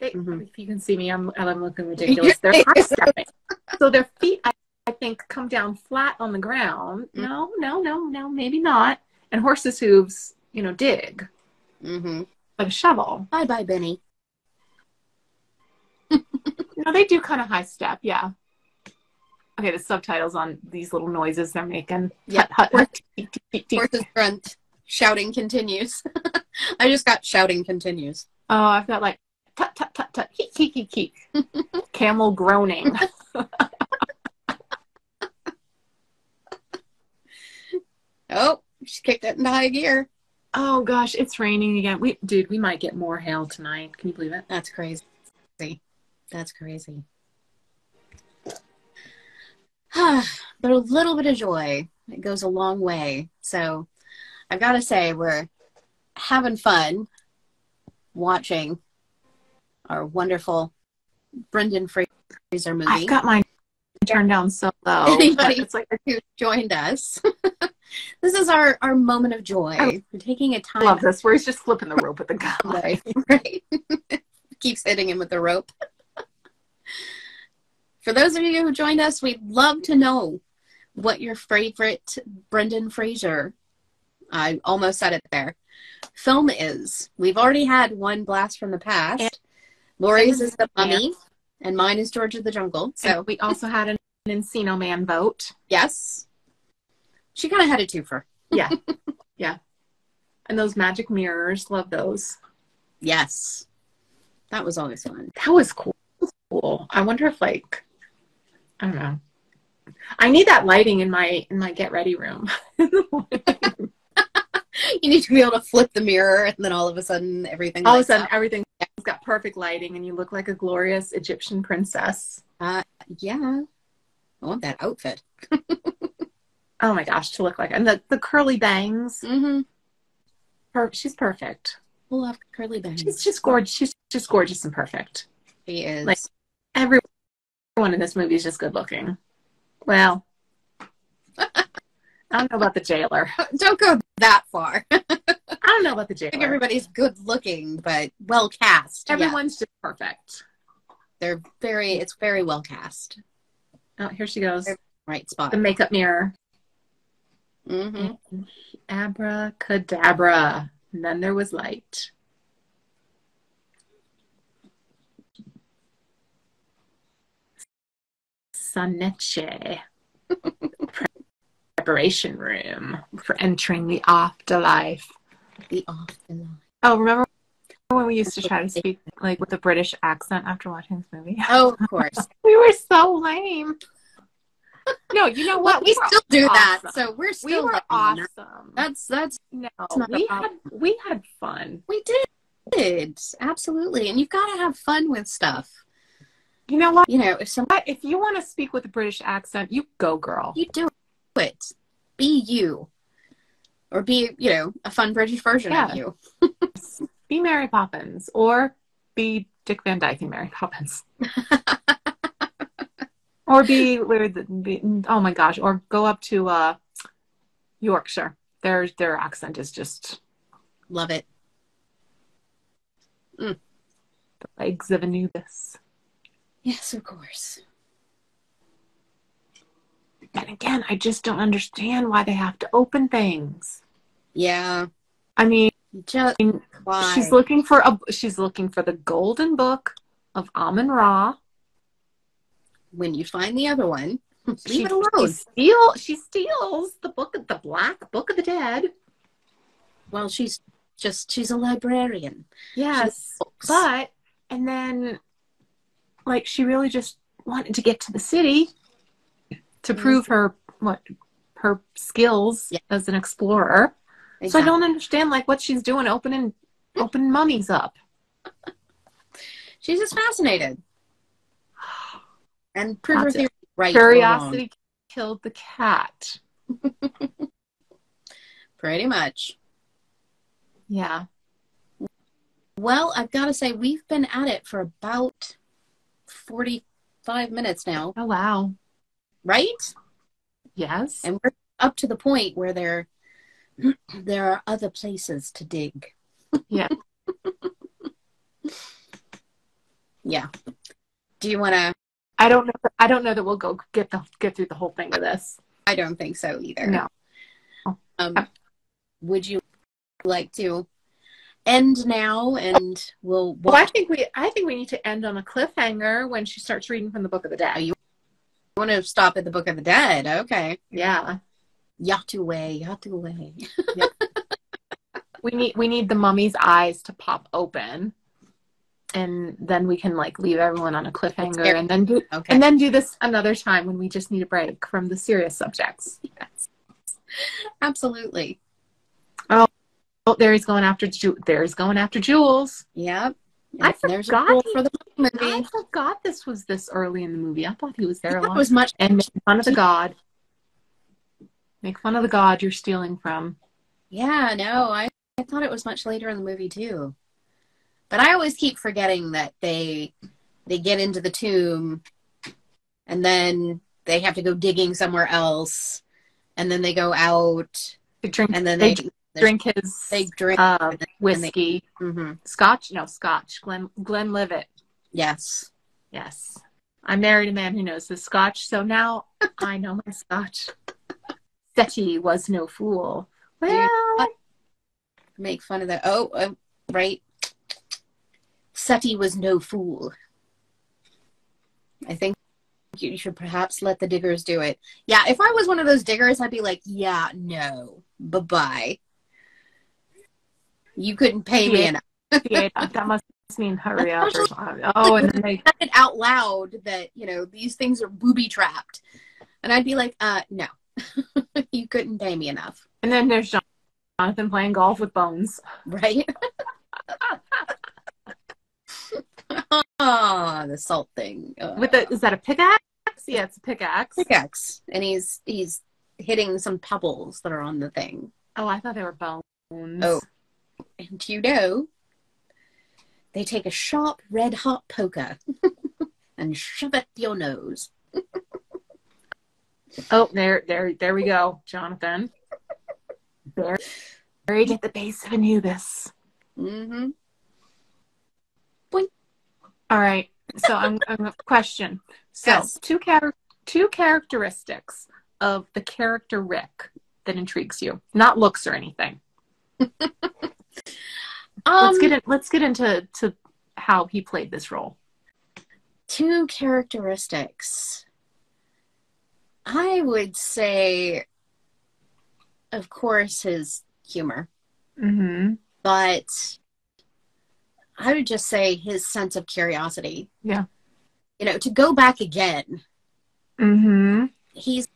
They,
Mhm.
If you can see me, I'm I'm looking ridiculous. They're high stepping, so their feet, I, I think, come down flat on the ground. No, no, no, no, maybe not. And horses' hooves, you know, dig
hmm
like a shovel.
bye bye, Benny.
No, they do kind of high step, yeah. Okay, the subtitles on these little noises they're making.
Yeah.
Hut, hut, hut, teek, teek, teek, teek.
Horses grunt. Shouting continues. I just got shouting continues.
Oh, I've got like tut tut tut tut heek heek heek heek. Camel groaning.
Oh, she kicked it into high gear.
Oh gosh, it's raining again. We dude, we might get more hail tonight. Can you believe it?
That's crazy. That's crazy. but a little bit of joy it goes a long way. So I've got to say we're having fun watching our wonderful Brendan Fraser movie.
I've got mine turned down so low. but
Anybody-
It's like
who joined us. this is our, our moment of joy.
I-
We're taking a
I Oh. love
time
this where he's just flipping the rope with the gun.
away, right? Keeps hitting him with the rope. For those of you who joined us, we'd love to know what your favorite Brendan Fraser, I almost said it there, film is. We've already had one blast from the past.
And-
Lori's is The Mummy, and mine is George of the Jungle. So,
So we also had an, an Encino man vote.
yes. She kind of had a twofer.
And those magic mirrors, love those.
Yes. That was always fun.
That was cool. Cool. I wonder if like I don't know. I need that lighting in my in my get ready room.
You need to be able to flip the mirror and then all of a sudden everything
All of a
lights
sudden
up.
everything's got perfect lighting and you look like a glorious Egyptian princess.
Uh, Yeah. I want that outfit.
Oh my gosh, to look like and the, the curly bangs.
Mm-hmm.
Per- she's perfect.
We'll have curly bangs.
She's just gorgeous. She's just gorgeous and perfect.
she is.
like- Everyone in this movie is just good looking. Well, I don't know about the jailer.
Don't go that far. I
I don't know about the jailer.
think everybody's good looking, but well cast. Yeah,
Everyone's just perfect.
they're very, it's very well cast.
Oh, here she goes.
Right spot.
The makeup mirror.
Mm-hmm.
Abracadabra. And then there was light. Saneche. Preparation room for entering the afterlife.
The off the line.
Oh, remember when we used to try to speak like with a British accent after watching this movie?
Oh, of course.
We were so lame. No, you know what?
But we
were
still do that.
awesome.
So we're
we
still
were
lucky on that.
awesome.
That's, that's,
no,
not a
we had
problem.
we had fun.
we did. Absolutely. And you've got to have fun with stuff.
You know what?
You know, if some
But if you want to speak with a British accent, you go, girl.
you do it. Be you. Or be, you know, a fun British version
Yeah.
of you.
Be Mary Poppins or be Dick Van Dyke and Mary Poppins. or be where the be, oh my gosh, or go up to uh Yorkshire. Their their accent is just
Love it.
the legs of Anubis.
Yes, of course.
And again, I just don't understand why they have to open things.
Yeah.
I mean,
Just why?
she's looking for a she's looking for the golden book of Amun Ra.
when you find the other one, leave
She,
it alone.
she steal she steals the book of the black book of the dead.
Well, she's just she's a librarian.
Yes.
Books.
But and then like she really just wanted to get to the city to prove her what her skills
Mm-hmm. Yeah.
as an explorer. So I
Exactly.
don't understand like what she's doing opening opening mummies up.
She's just fascinated. And prove her
That's it.
theory right. or wrong.
Curiosity killed the cat.
Pretty much.
Yeah.
Well, I've got to say, we've been at it for about 45 minutes now,
Oh wow.
right?
Yes.
and we're up to the point where there there are other places to dig
Yeah.
yeah do you want to
I don't know. I don't know that we'll go get the get through the whole thing of this.
i don't think so either
No.
um, would you like to end now and we'll
Well, Oh, I
watch
think we I think we need to end on a cliffhanger when she starts reading from the Book of the Dead.
want to stop at the book of the dead okay
Yeah.
yatu way yatu way
We need we need the mummy's eyes to pop open, and then we can like leave everyone on a cliffhanger,
very-
and then do
okay
and then do this another time when we just need a break from the serious subjects.
absolutely
Oh, there he's going after. Ju- there he's going after Jules.
Yep.
I
Yep, There's a
forgot
rule
he-
for the
I
movie.
forgot this was this early in the movie. I thought he was there a
That
long
was much.
and make fun of the god. Make fun of the god you're stealing from.
Yeah, no, I, I thought it was much later in the movie too. But I always keep forgetting that they they get into the tomb and then they have to go digging somewhere else and then they go out
They drink
and then
They
they,
d- drink his
they drink
uh,
and then- and they-
whiskey,
mhm,
scotch. No, scotch. Glen Glenlivet.
yes.
Yes, I married a man who knows his scotch, so now I know my scotch. Setty was no fool. Well,
Make fun of the oh, oh right. Seti was no fool. I think you should perhaps let the diggers do it. Yeah, if I was one of those diggers, I'd be like, yeah, no, bye bye. You couldn't pay me
Yeah.
enough.
yeah, that must mean hurry up. Or something. Oh, and then they
I said out loud that you know these things are booby trapped, and I'd be like, uh, no, you couldn't pay me enough,
and then there's Jonathan playing golf with Bones.
right? Ah, the salt thing. Ugh.
With the, is that a pickaxe? Yeah, it's a pickaxe.
pickaxe and he's he's hitting some pebbles that are on the thing
Oh, I thought they were bones.
Oh. and you know they take a sharp red hot poker and shove it your nose
Oh, there, there, there we go, Jonathan. Bur- Buried at the base of Anubis.
mm-hmm.
All right. So I'm, I'm question. So
Yes.
two char- two characteristics of the character Rick that intrigues you, not looks or anything.
um
let's get in, let's get into to how he played this role.
two characteristics i would say of course his humor
Mm-hmm.
but I would just say his sense of curiosity.
Yeah.
You know, to go back again,
Mm-hmm.
he's,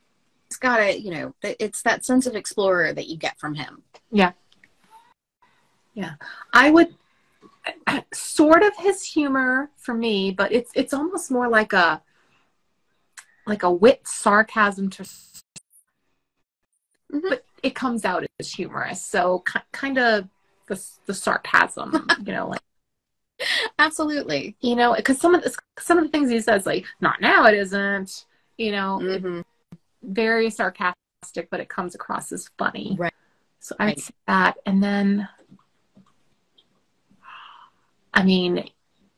he's got a, you know, th- it's that sense of explorer that you get from him.
I would sort of his humor for me, but it's it's almost more like a like a wit sarcasm to
Mhm.
but it comes out as humorous. So ki- kind of the the sarcasm, you know, like
Absolutely.
you know, because some of the, some of the things he says, like not now, it isn't, you know,
hmm
very sarcastic, but it comes across as funny.
Right.
So I'd
Right.
say that, and then, I mean,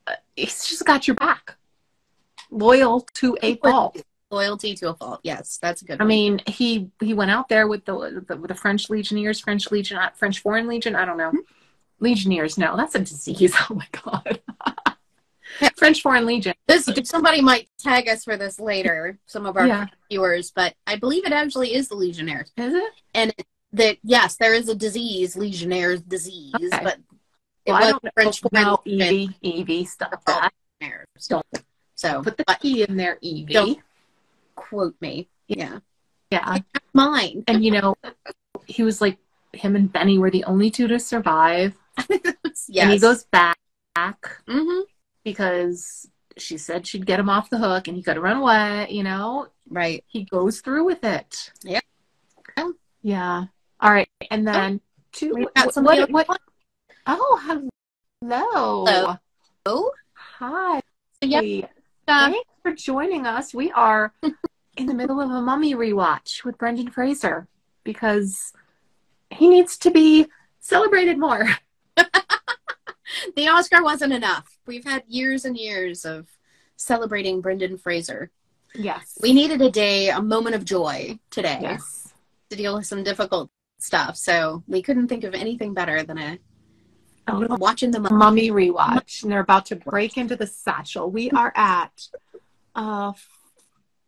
uh, he's just got your back, loyal to a fault.
Loyalty to a fault. Yes, that's a good
I
one.
mean, he he went out there with the the, with the French Legionnaires, French Legion, uh, French Foreign Legion. I don't know.
Hmm.
Legionnaires, no, that's a disease. Oh my god. French Foreign Legion.
this somebody might tag us for this later, some of our
Yeah.
viewers, but I believe it actually is the Legionnaires.
Is it?
That yes, there is a disease, Legionnaires disease,
Okay.
but it
Well,
was
I don't know. E
French
no,
Legionnaires.
Evie, Evie, stop that. Don't
So
Put the
but
T in there, Evie.
Don't. quote me. Yeah.
Yeah.
mine.
and you know he was like him and benny were the only two to survive
yes.
and he goes back, back
hmm
because she said she'd get him off the hook and he could run away you know
Right.
he goes through with it
Yeah.
yeah all right and then two
We've got
what,
somebody
what,
on the
what- oh hello,
Hello. Oh,
hi
yeah. uh,
thanks for joining us we are in the middle of a mummy rewatch with brendan fraser because he needs to be celebrated more
the Oscar wasn't enough. We've had years and years of celebrating Brendan Fraser.
Yes.
We needed a day, a moment of joy today
yes.
to deal with some difficult stuff. So we couldn't think of anything better than a
A little
watching the mummy.
mummy rewatch. And they're about to break into the satchel. We are at uh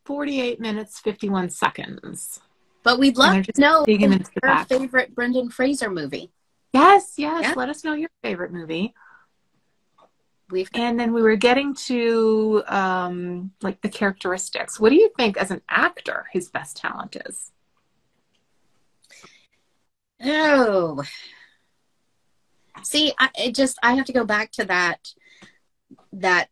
48 minutes 51 seconds.
But we'd love
They're
to
just
know
digging into the
our
back.
favorite Brendan Fraser movie.
Yes, yes.
Yeah.
Let us know your favorite movie.
We've
And then we were getting to um like the characteristics. What do you think as an actor his best talent is?
oh, See, I it just I have to go back to that that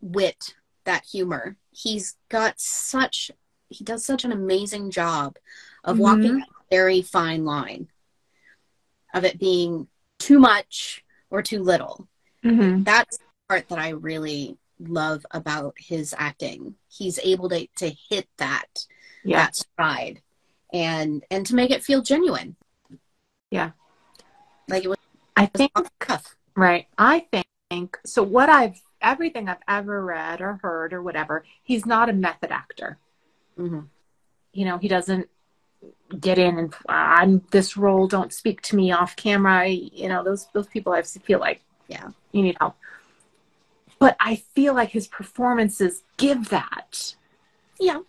wit, that humor. He's got such he does such an amazing job of walking a very fine line of it being too much or too little.
Mm-hmm.
That's the part that I really love about his acting. He's able to to hit that
Yeah.
that stride and and to make it feel genuine.
Yeah.
Like it was
I think
off the cuff.
Right. I think so. What I've everything I've ever read or heard or whatever, he's not a method actor.
Mhm.
You know, he doesn't get in and "Ah, I'm this role. Don't speak to me off camera. You know, those those people I feel like
Yeah.
you need help. But I feel like his performances give that.
Yeah.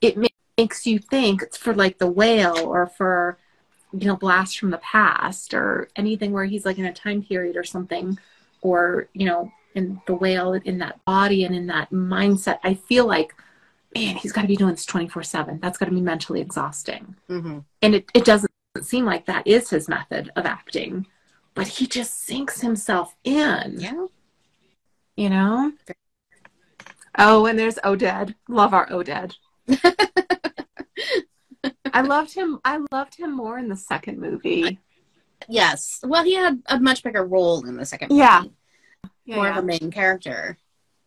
It ma- makes you think it's for like the whale or for you know blast from the past or anything where he's like in a time period or something or you know in the whale in that body and in that mindset i feel like man he's got to be doing this 24-7 that's got to be mentally exhausting
Mm-hmm.
and it, it doesn't seem like that is his method of acting but he just sinks himself in
Yeah.
you know oh and there's oded love our oded i loved him i loved him more in the second movie
Yes. Well, he had a much bigger role in the second
Yeah.
movie. More of a main character,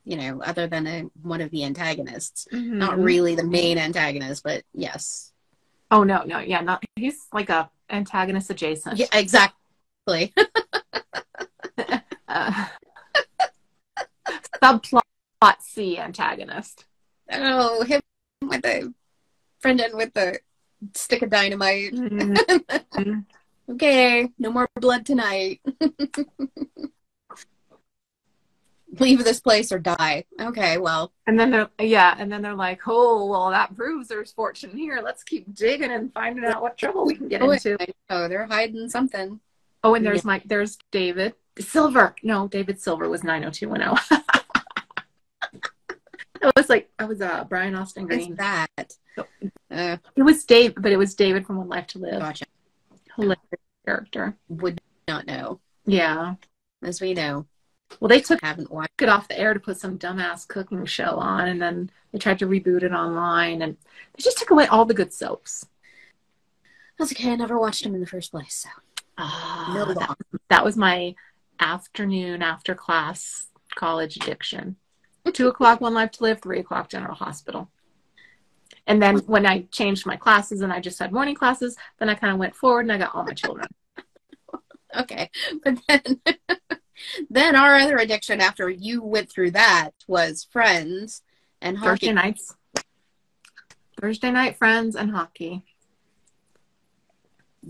you know, other than a, one of the antagonists. Not
Mhm.
really the main antagonist, but yes.
oh no no yeah not he's like a antagonist adjacent
Yeah, exactly.
Uh, subplot c antagonist
oh, him with the Brendan with the stick of dynamite.
Mm-hmm.
Okay, no more blood tonight. Leave this place or die. Okay, well,
and then they're yeah and then they're like oh well that proves there's fortune here let's keep digging and finding out what trouble we can get
Oh,
into
oh, they're hiding something.
oh and there's mike there's david silver no david silver was 90210 it was like i was uh brian austin
It's
green
that. Uh,
it was dave but it was david from one life to live
gotcha.
hilarious character
Would not know.
yeah
As we know,
well they took
haven't watched.
it off the air to put some dumbass cooking show on and then they tried to reboot it online and they just took away all the good soaps
That's okay. I never watched him in the first place, so
Ah,
no
that,
law.
that was my afternoon after class college addiction. Two o'clock, one life to live, three o'clock, general hospital. And then when I changed my classes and I just had morning classes, then I kind of went forward and I got all my children.
Okay, but then, then our other addiction after you went through that was Friends and
Thursday
hockey.
nights, Thursday night friends and hockey.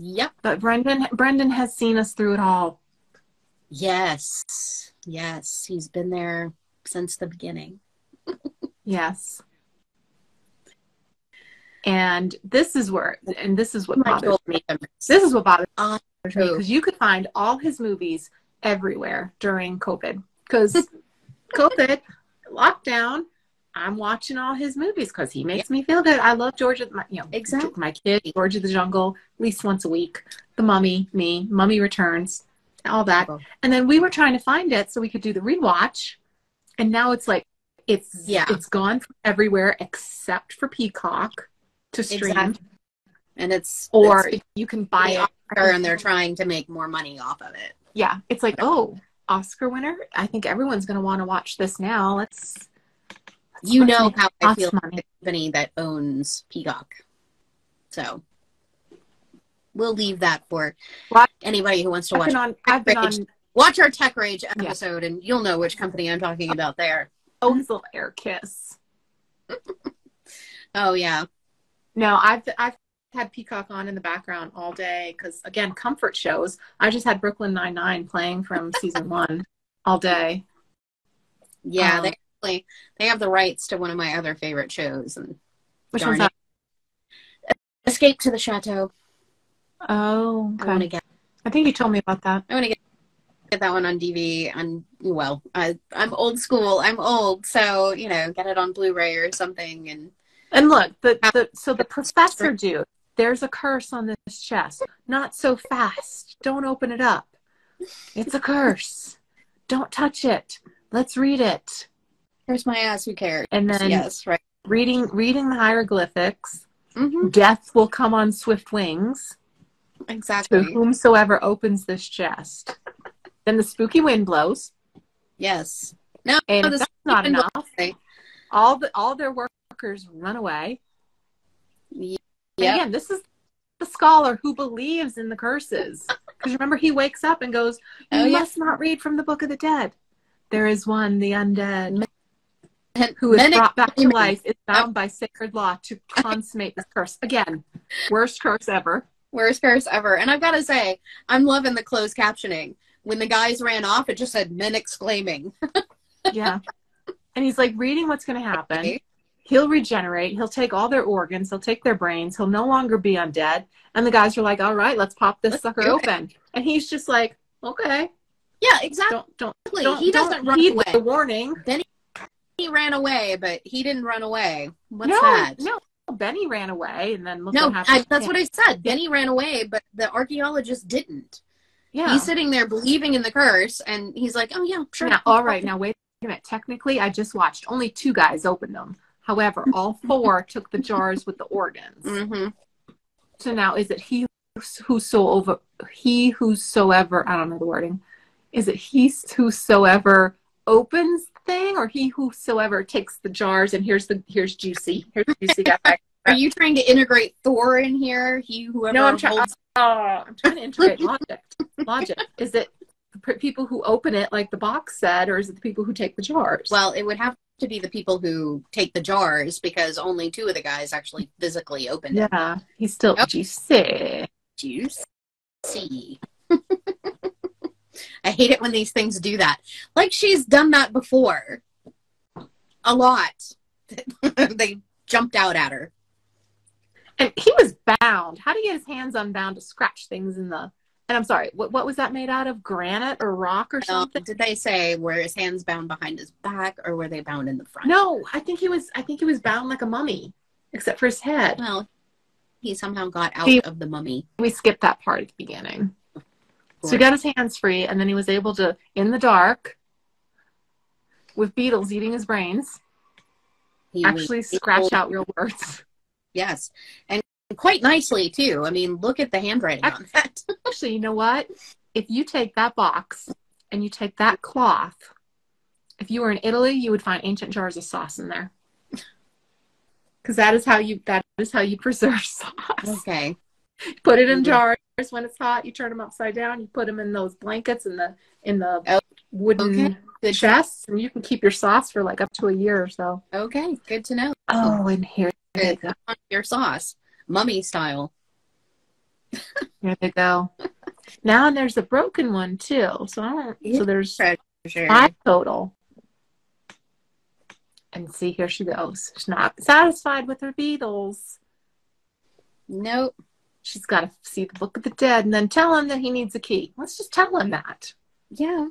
Yep.
But Brendan, Brendan has seen us through it all.
Yes. Yes. He's been there since the beginning.
Yes. And this is where, and this is what bothers
Michael
me.
remembers.
This is what bothers me
True.
because you could find all his movies everywhere during COVID. Because COVID, lockdown, I'm watching all his movies because he makes me feel good. I love Georgia, my, you know,
Exactly.
my kid, Georgia the Jungle, at least once a week. The Mummy, me, Mummy Returns, all that. And then we were trying to find it so we could do the rewatch. And now it's like it's
Yeah.
it's gone from everywhere except for Peacock to stream,
Exactly. And it's
or
it's
you can buy
the
it.
Oscar and they're trying to make more money off of it.
yeah it's like oh oscar winner i think everyone's going to want to watch this now let's
You
let's
know
make
how I
lots
feel
of money.
about the company that owns Peacock. So we'll leave that for
What?
anybody who wants to
I've
watch
been on i've been on
watch our Tech Rage episode and you'll know which company I'm talking about there.
oh his little air kiss
Oh yeah.
no i've i've had peacock on in the background all day because again comfort shows i just had brooklyn 99 playing from season one all day
Yeah,
Um,
they actually they have the rights to one of my other favorite shows and
which
Darn
one's that
Escape to the Chateau.
oh
I want
okay
to get
i think you told me about that
I want to get, get that one on DV on well, I I'm old school. I'm old, so, you know, get it on Blu-ray or something and
And look, the, the so the professor dude, there's a curse on this chest. Not so fast. Don't open it up. It's a curse. Don't touch it. Let's read it.
Here's my ass. Who cares?
And then
yes, right.
reading reading the hieroglyphics.
hmm
Death will come on swift wings to
Exactly.
whomsoever opens this chest. Then the spooky wind blows,
Yes. No,
and
no,
if
this
that's not
wind
enough.
blows.
All the all their workers run away. And
yeah.
Again, this is the scholar who believes in the curses. Because remember, he wakes up and goes, "You
Oh, yeah.
must not read from the book of the dead. There is one, the undead,
And
who is
men-
brought back to
women.
life, is bound by sacred law to consummate this curse." Again, worst curse ever.
worst curse ever. And I've got to say, I'm loving the closed captioning. When the guys ran off, it just said men exclaiming.
Yeah. And he's like reading what's going to happen.
Okay.
He'll regenerate. He'll take all their organs. He'll take their brains. He'll no longer be undead. And the guys are like, "All right, let's pop this sucker
do it."
open." And he's just like, "Okay,
Yeah, exactly.
don't don't don't,
He doesn't
don't
run
heed
away.
the warning."
He ran away, but he didn't run away. What's
no,
that?
no. Benny ran away, and then look
No,
what
I,
happened.
that's what I said. Benny ran away, but the archaeologist didn't.
Yeah.
He's sitting there believing in the curse, and he's like, "Oh yeah, sure."
Now, all right, now wait a minute. Technically, I just watched only two guys open them. However, all four took the jars with the organs.
hmm
So now, is it he whosoever he whosoever I don't know the wording. Is it he whosoever opens the thing, or he whosoever takes the jars and here's the here's juicy here's juicy guy.
Are you trying to integrate Thor in here? He whoever.
No, I'm try-
holds-
Oh, I'm trying to integrate logic. Logic is it the p- people who open it like the box said, or is it the people who take the jars?
Well, it would have to be the people who take the jars because only two of the guys actually physically opened it.
yeah, he's still
Yep.
juicy.
juicy. I hate it when these things do that. Like she's done that before. A lot. they jumped out at her.
And he was bound. How do you get his hands unbound to scratch things in the? And I'm sorry, what what was that made out of? Granite or rock or
Um,
something?
did they say were his hands bound behind his back or were they bound in the front?
No, I think he was. I think he was bound like a mummy, except for his head.
Well, he somehow got out
He-
of the mummy.
We skipped that part at the beginning. So he
Right.
got his hands free, and then he was able to, in the dark, with beetles eating his brains,
He was
actually
able-
scratch out real words.
Yes. And quite nicely, too. I mean, look at the handwriting on that.
Actually, you know what? If you take that box and you take that cloth, if you were in Italy, you would find ancient jars of sauce in there. Because that is how you that is how you preserve sauce.
okay.
Put it in
Mhm.
jars when it's hot. You turn them upside down. You put them in those blankets in the in the
Oh,
wooden
okay. Good.
chests, and you can keep your sauce for like up to a year or so.
Okay. Good to know.
Oh, and here they
Good.
go.
On your sauce, mummy style.
Here they go. Now there's a broken one too. So I don't, so there's
Sure.
five total. And see, here she goes. She's not satisfied with her beetles.
Nope.
She's got to see the Book of the Dead and then tell him that he needs a key. Let's just tell him that.
Yeah.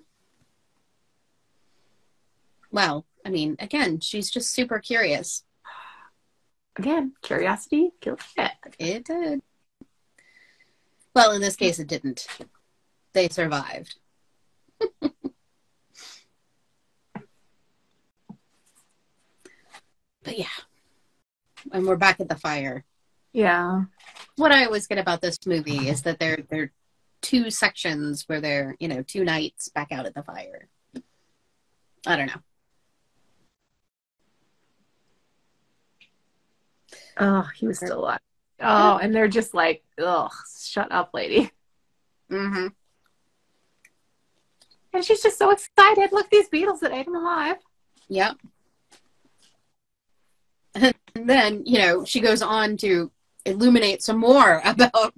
Well, I mean, again, she's just super curious.
Again, curiosity kills it.
It did. Well, in this case, it didn't. They survived. but yeah. And we're back at the fire.
Yeah.
what I always get about this movie is that there there are two sections where they're you know two nights back out at the fire. I don't know.
Oh, he was still alive. Oh, and they're just like, ugh, shut up, lady.
Mm-hmm.
And she's just so excited. Look, these beetles that ate him alive.
Yep. And then you know she goes on to illuminate some more about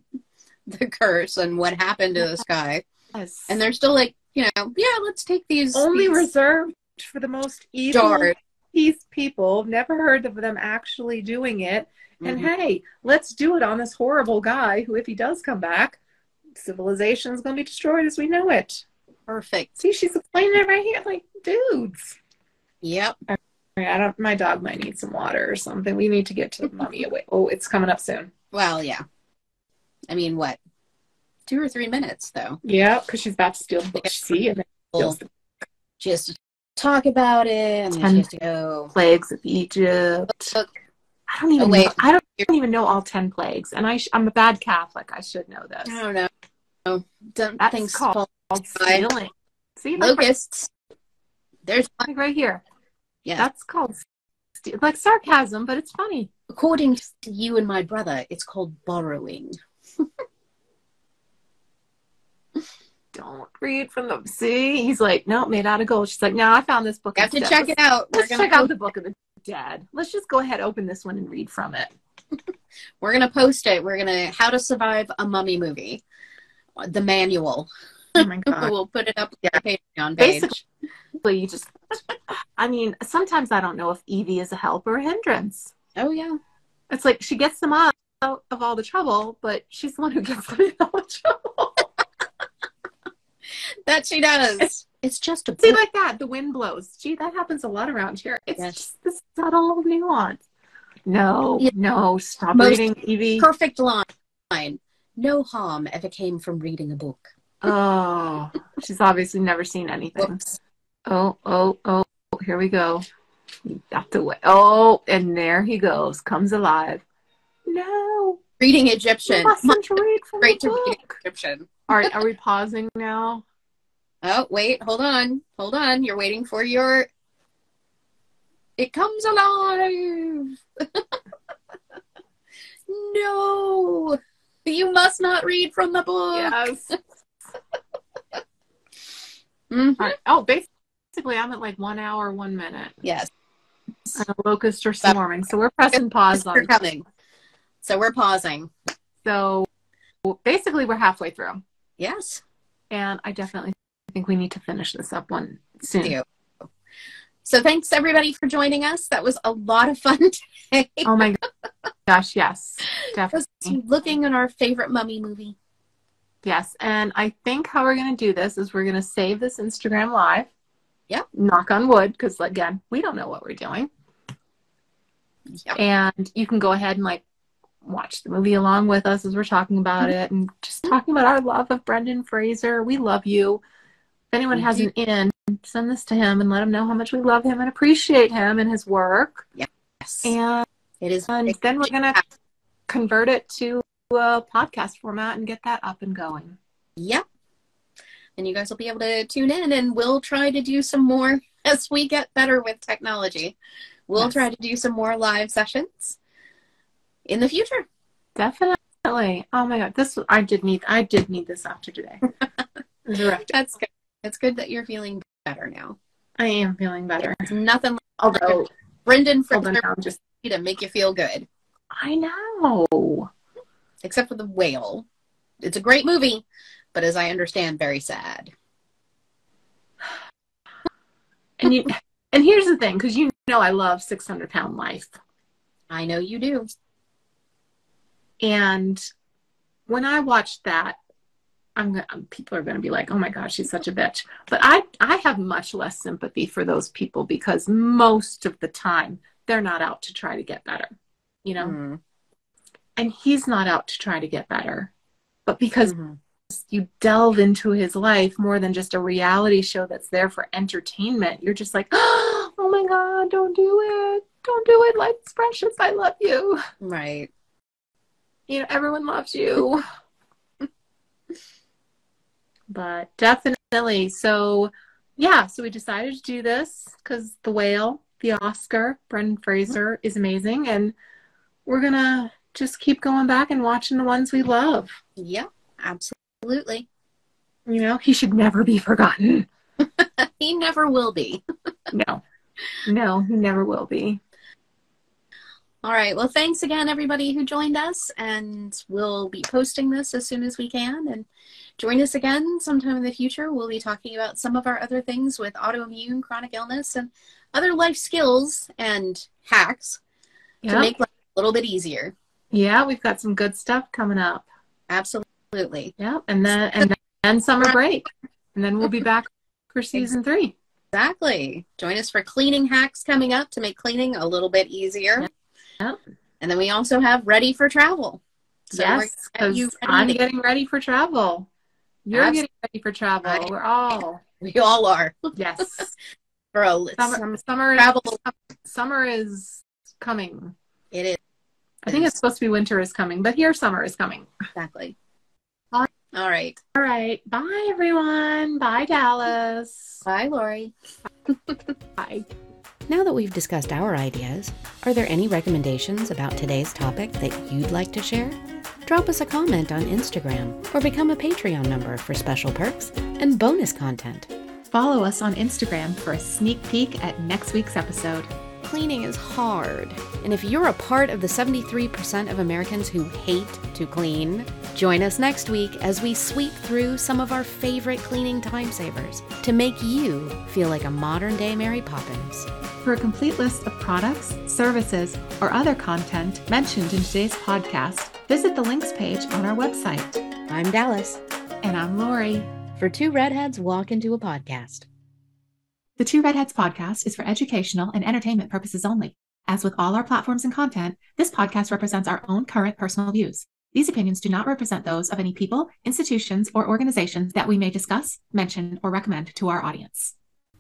the curse and what happened to this guy,
Yes.
and they're still like you know yeah let's take these
only
these
reserved for the most evil
jars.
these people never heard of them actually doing it and
Mhm.
hey let's do it on this horrible guy who if he does come back civilization's going to be destroyed as we know it
Perfect.
see she's explaining it right here like dudes
Yep.
All right, i don't my dog might need some water or something we need to get to the mummy away oh it's coming up soon
Well, yeah. I mean, what? two or three minutes though.
Yeah, because she's about to steal book C and then
Oh.
steals the
She has to talk about it and then
Ten-
she has to go
plagues of Egypt.
look.
I don't even.
Oh, wait.
know, I don't, I don't even know all ten plagues, and I sh- I'm a bad Catholic. I should know this.
I don't know. No, don't
That's
things
called-
fall.
Called
I-
stealing. See, like, right-
Locusts. There's
like right here.
Yeah.
that's called ste- like sarcasm, but it's funny.
according to you and my brother, it's called borrowing.
Don't read from the see. He's like, no, made out of gold. She's like, no, I found this book.
You have to
instead.
check it out. We're
Let's
gonna
check out the book of the dead. Let's just go ahead, open this one, and read from it.
We're gonna post it. We're gonna how to survive a mummy movie, the manual.
Oh my
we'll put it up on the Patreon page.
Basically, you just. I mean, sometimes I don't know if Evie is a help or a hindrance.
Oh yeah,
It's like she gets them out out of all the trouble, but she's the one who gets them in all the trouble.
that she does. It's just a
See,
book.
like that, the wind blows. Gee, that happens a lot around here. It's
Yes.
just the subtle nuance. No,
Yeah.
no, stop
Most-
reading, Evie.
perfect line. No harm ever came from reading a book.
oh, she's obviously never seen anything.
Whoops.
Oh, oh, oh, here we go. That's the way. Oh, and there he goes, comes alive. No,
Reading
you
Egyptian.
mustn't read from
Great
the
to read
book.
Egyptian.
All right, are we pausing now?
Oh wait, hold on, hold on. You're waiting for your. It comes alive. no, you must not read from the book.
Yes.
Mhm.
All right. Oh, basically, I'm at like one hour, one minute,
Yes,
and the locusts are swarming. So we're pressing pause
they're
on.
coming. So we're pausing.
So basically, we're halfway through,
Yes.
and I definitely think we need to finish this up one soon.
Yeah. So thanks everybody for joining us. That was a lot of fun today.
Oh my gosh, yes,
Just
definitely,
looking at our favorite mummy movie.
yes. And I think how we're gonna do this is we're gonna save this Instagram live.
Yep.
Knock on wood, because again, we don't know what we're doing.
Yeah.
and you can go ahead and like watch the movie along with us as we're talking about
Mm-hmm.
it and just talking about our love of Brendan Fraser. We love you. If anyone has an
Mm-hmm.
in, send this to him and let him know how much we love him and appreciate him and his work.
Yes.
And
it is.
then we're going to convert it to a podcast format and get that up and going.
Yep. And you guys will be able to tune in and we'll try to do some more as we get better with technology. We'll
Yes.
try to do some more live sessions in the future.
Definitely. Oh my god, this I did need I did need this after today. It was rough.
That's good. It's good that you're feeling better now.
I am feeling better.
It's nothing like
Although
Brendan
hold on,
Fraser
I'm just
to make you feel good,
I know.
except for The Whale. It's a great movie, but as I understand, very sad.
and you and here's the thing because you know i love 600 pound life
I know you do.
and when i watched that i'm gonna um, people are gonna be like oh my gosh she's such a bitch but i i have much less sympathy for those people because most of the time they're not out to try to get better you know
Mhm.
and he's not out to try to get better but because
Mhm.
you delve into his life more than just a reality show that's there for entertainment. You're just like, oh my God, don't do it. Don't do it. Life's precious. I love you.
Right.
You know, everyone loves you. but definitely. So, yeah, so we decided to do this because The Whale, the Oscar, Brendan Fraser is amazing. And we're going to just keep going back and watching the ones we love.
Yep. Absolutely.
You know, he should never be forgotten.
He never will be.
no no he never will be
All right. Well, thanks again, everybody who joined us, and we'll be posting this as soon as we can. And join us again sometime in the future. We'll be talking about some of our other things with autoimmune, chronic illness, and other life skills and hacks to
yeah
make life a little bit easier.
yeah we've got some good stuff coming up
Absolutely.
yeah and then and then summer break and then we'll be back for season three
Exactly. Join us for cleaning hacks coming up to make cleaning a little bit easier.
Yep.
And then we also have ready for travel. So we're
yes,
gonna get
because
you ready
I'm
to-
getting ready for travel. You're
Abs-
getting ready for travel.
Right.
We're all
we all are
yes.
for a li-
summer, summer, is,
travel.
summer is coming.
It is
I think it's supposed to be winter is coming, but here summer is coming.
exactly.
All-
All right.
All right. Bye, everyone. Bye, Dallas.
Bye, Lori.
Bye.
Now that we've discussed our ideas, are there any recommendations about today's topic that you'd like to share? Drop us a comment on Instagram or become a Patreon member for special perks and bonus content.
Follow us on Instagram for a sneak peek at next week's episode.
Cleaning is hard. And if you're a part of the 73% of Americans who hate to clean, join us next week as we sweep through some of our favorite cleaning time savers to make you feel like a modern day Mary Poppins.
For a complete list of products, services, or other content mentioned in today's podcast, visit the links page on our website.
I'm Dallas
And I'm Lori.
for Two Redheads Walk Into a Podcast.
The Two Redheads podcast is for educational and entertainment purposes only. As with all our platforms and content, this podcast represents our own current personal views. These opinions do not represent those of any people, institutions, or organizations that we may discuss, mention, or recommend to our audience.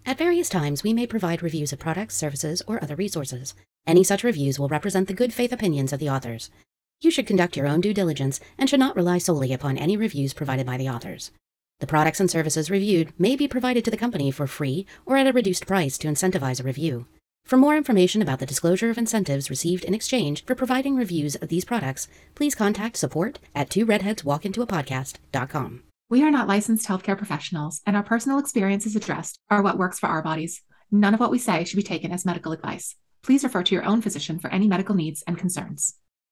At various times, we may provide reviews of products, services, or other resources. Any such reviews will represent the good faith opinions of the authors. You should conduct your own due diligence and should not rely solely upon any reviews provided by the authors. The products and services reviewed may be provided to the company for free or at a reduced price to incentivize a review. For more information about the disclosure of incentives received in exchange for providing reviews of these products, please contact support at two redheads walk into a podcast.com.
We are not licensed healthcare professionals, and our personal experiences addressed are what works for our bodies. None of what we say should be taken as medical advice. Please refer to your own physician for any medical needs and concerns.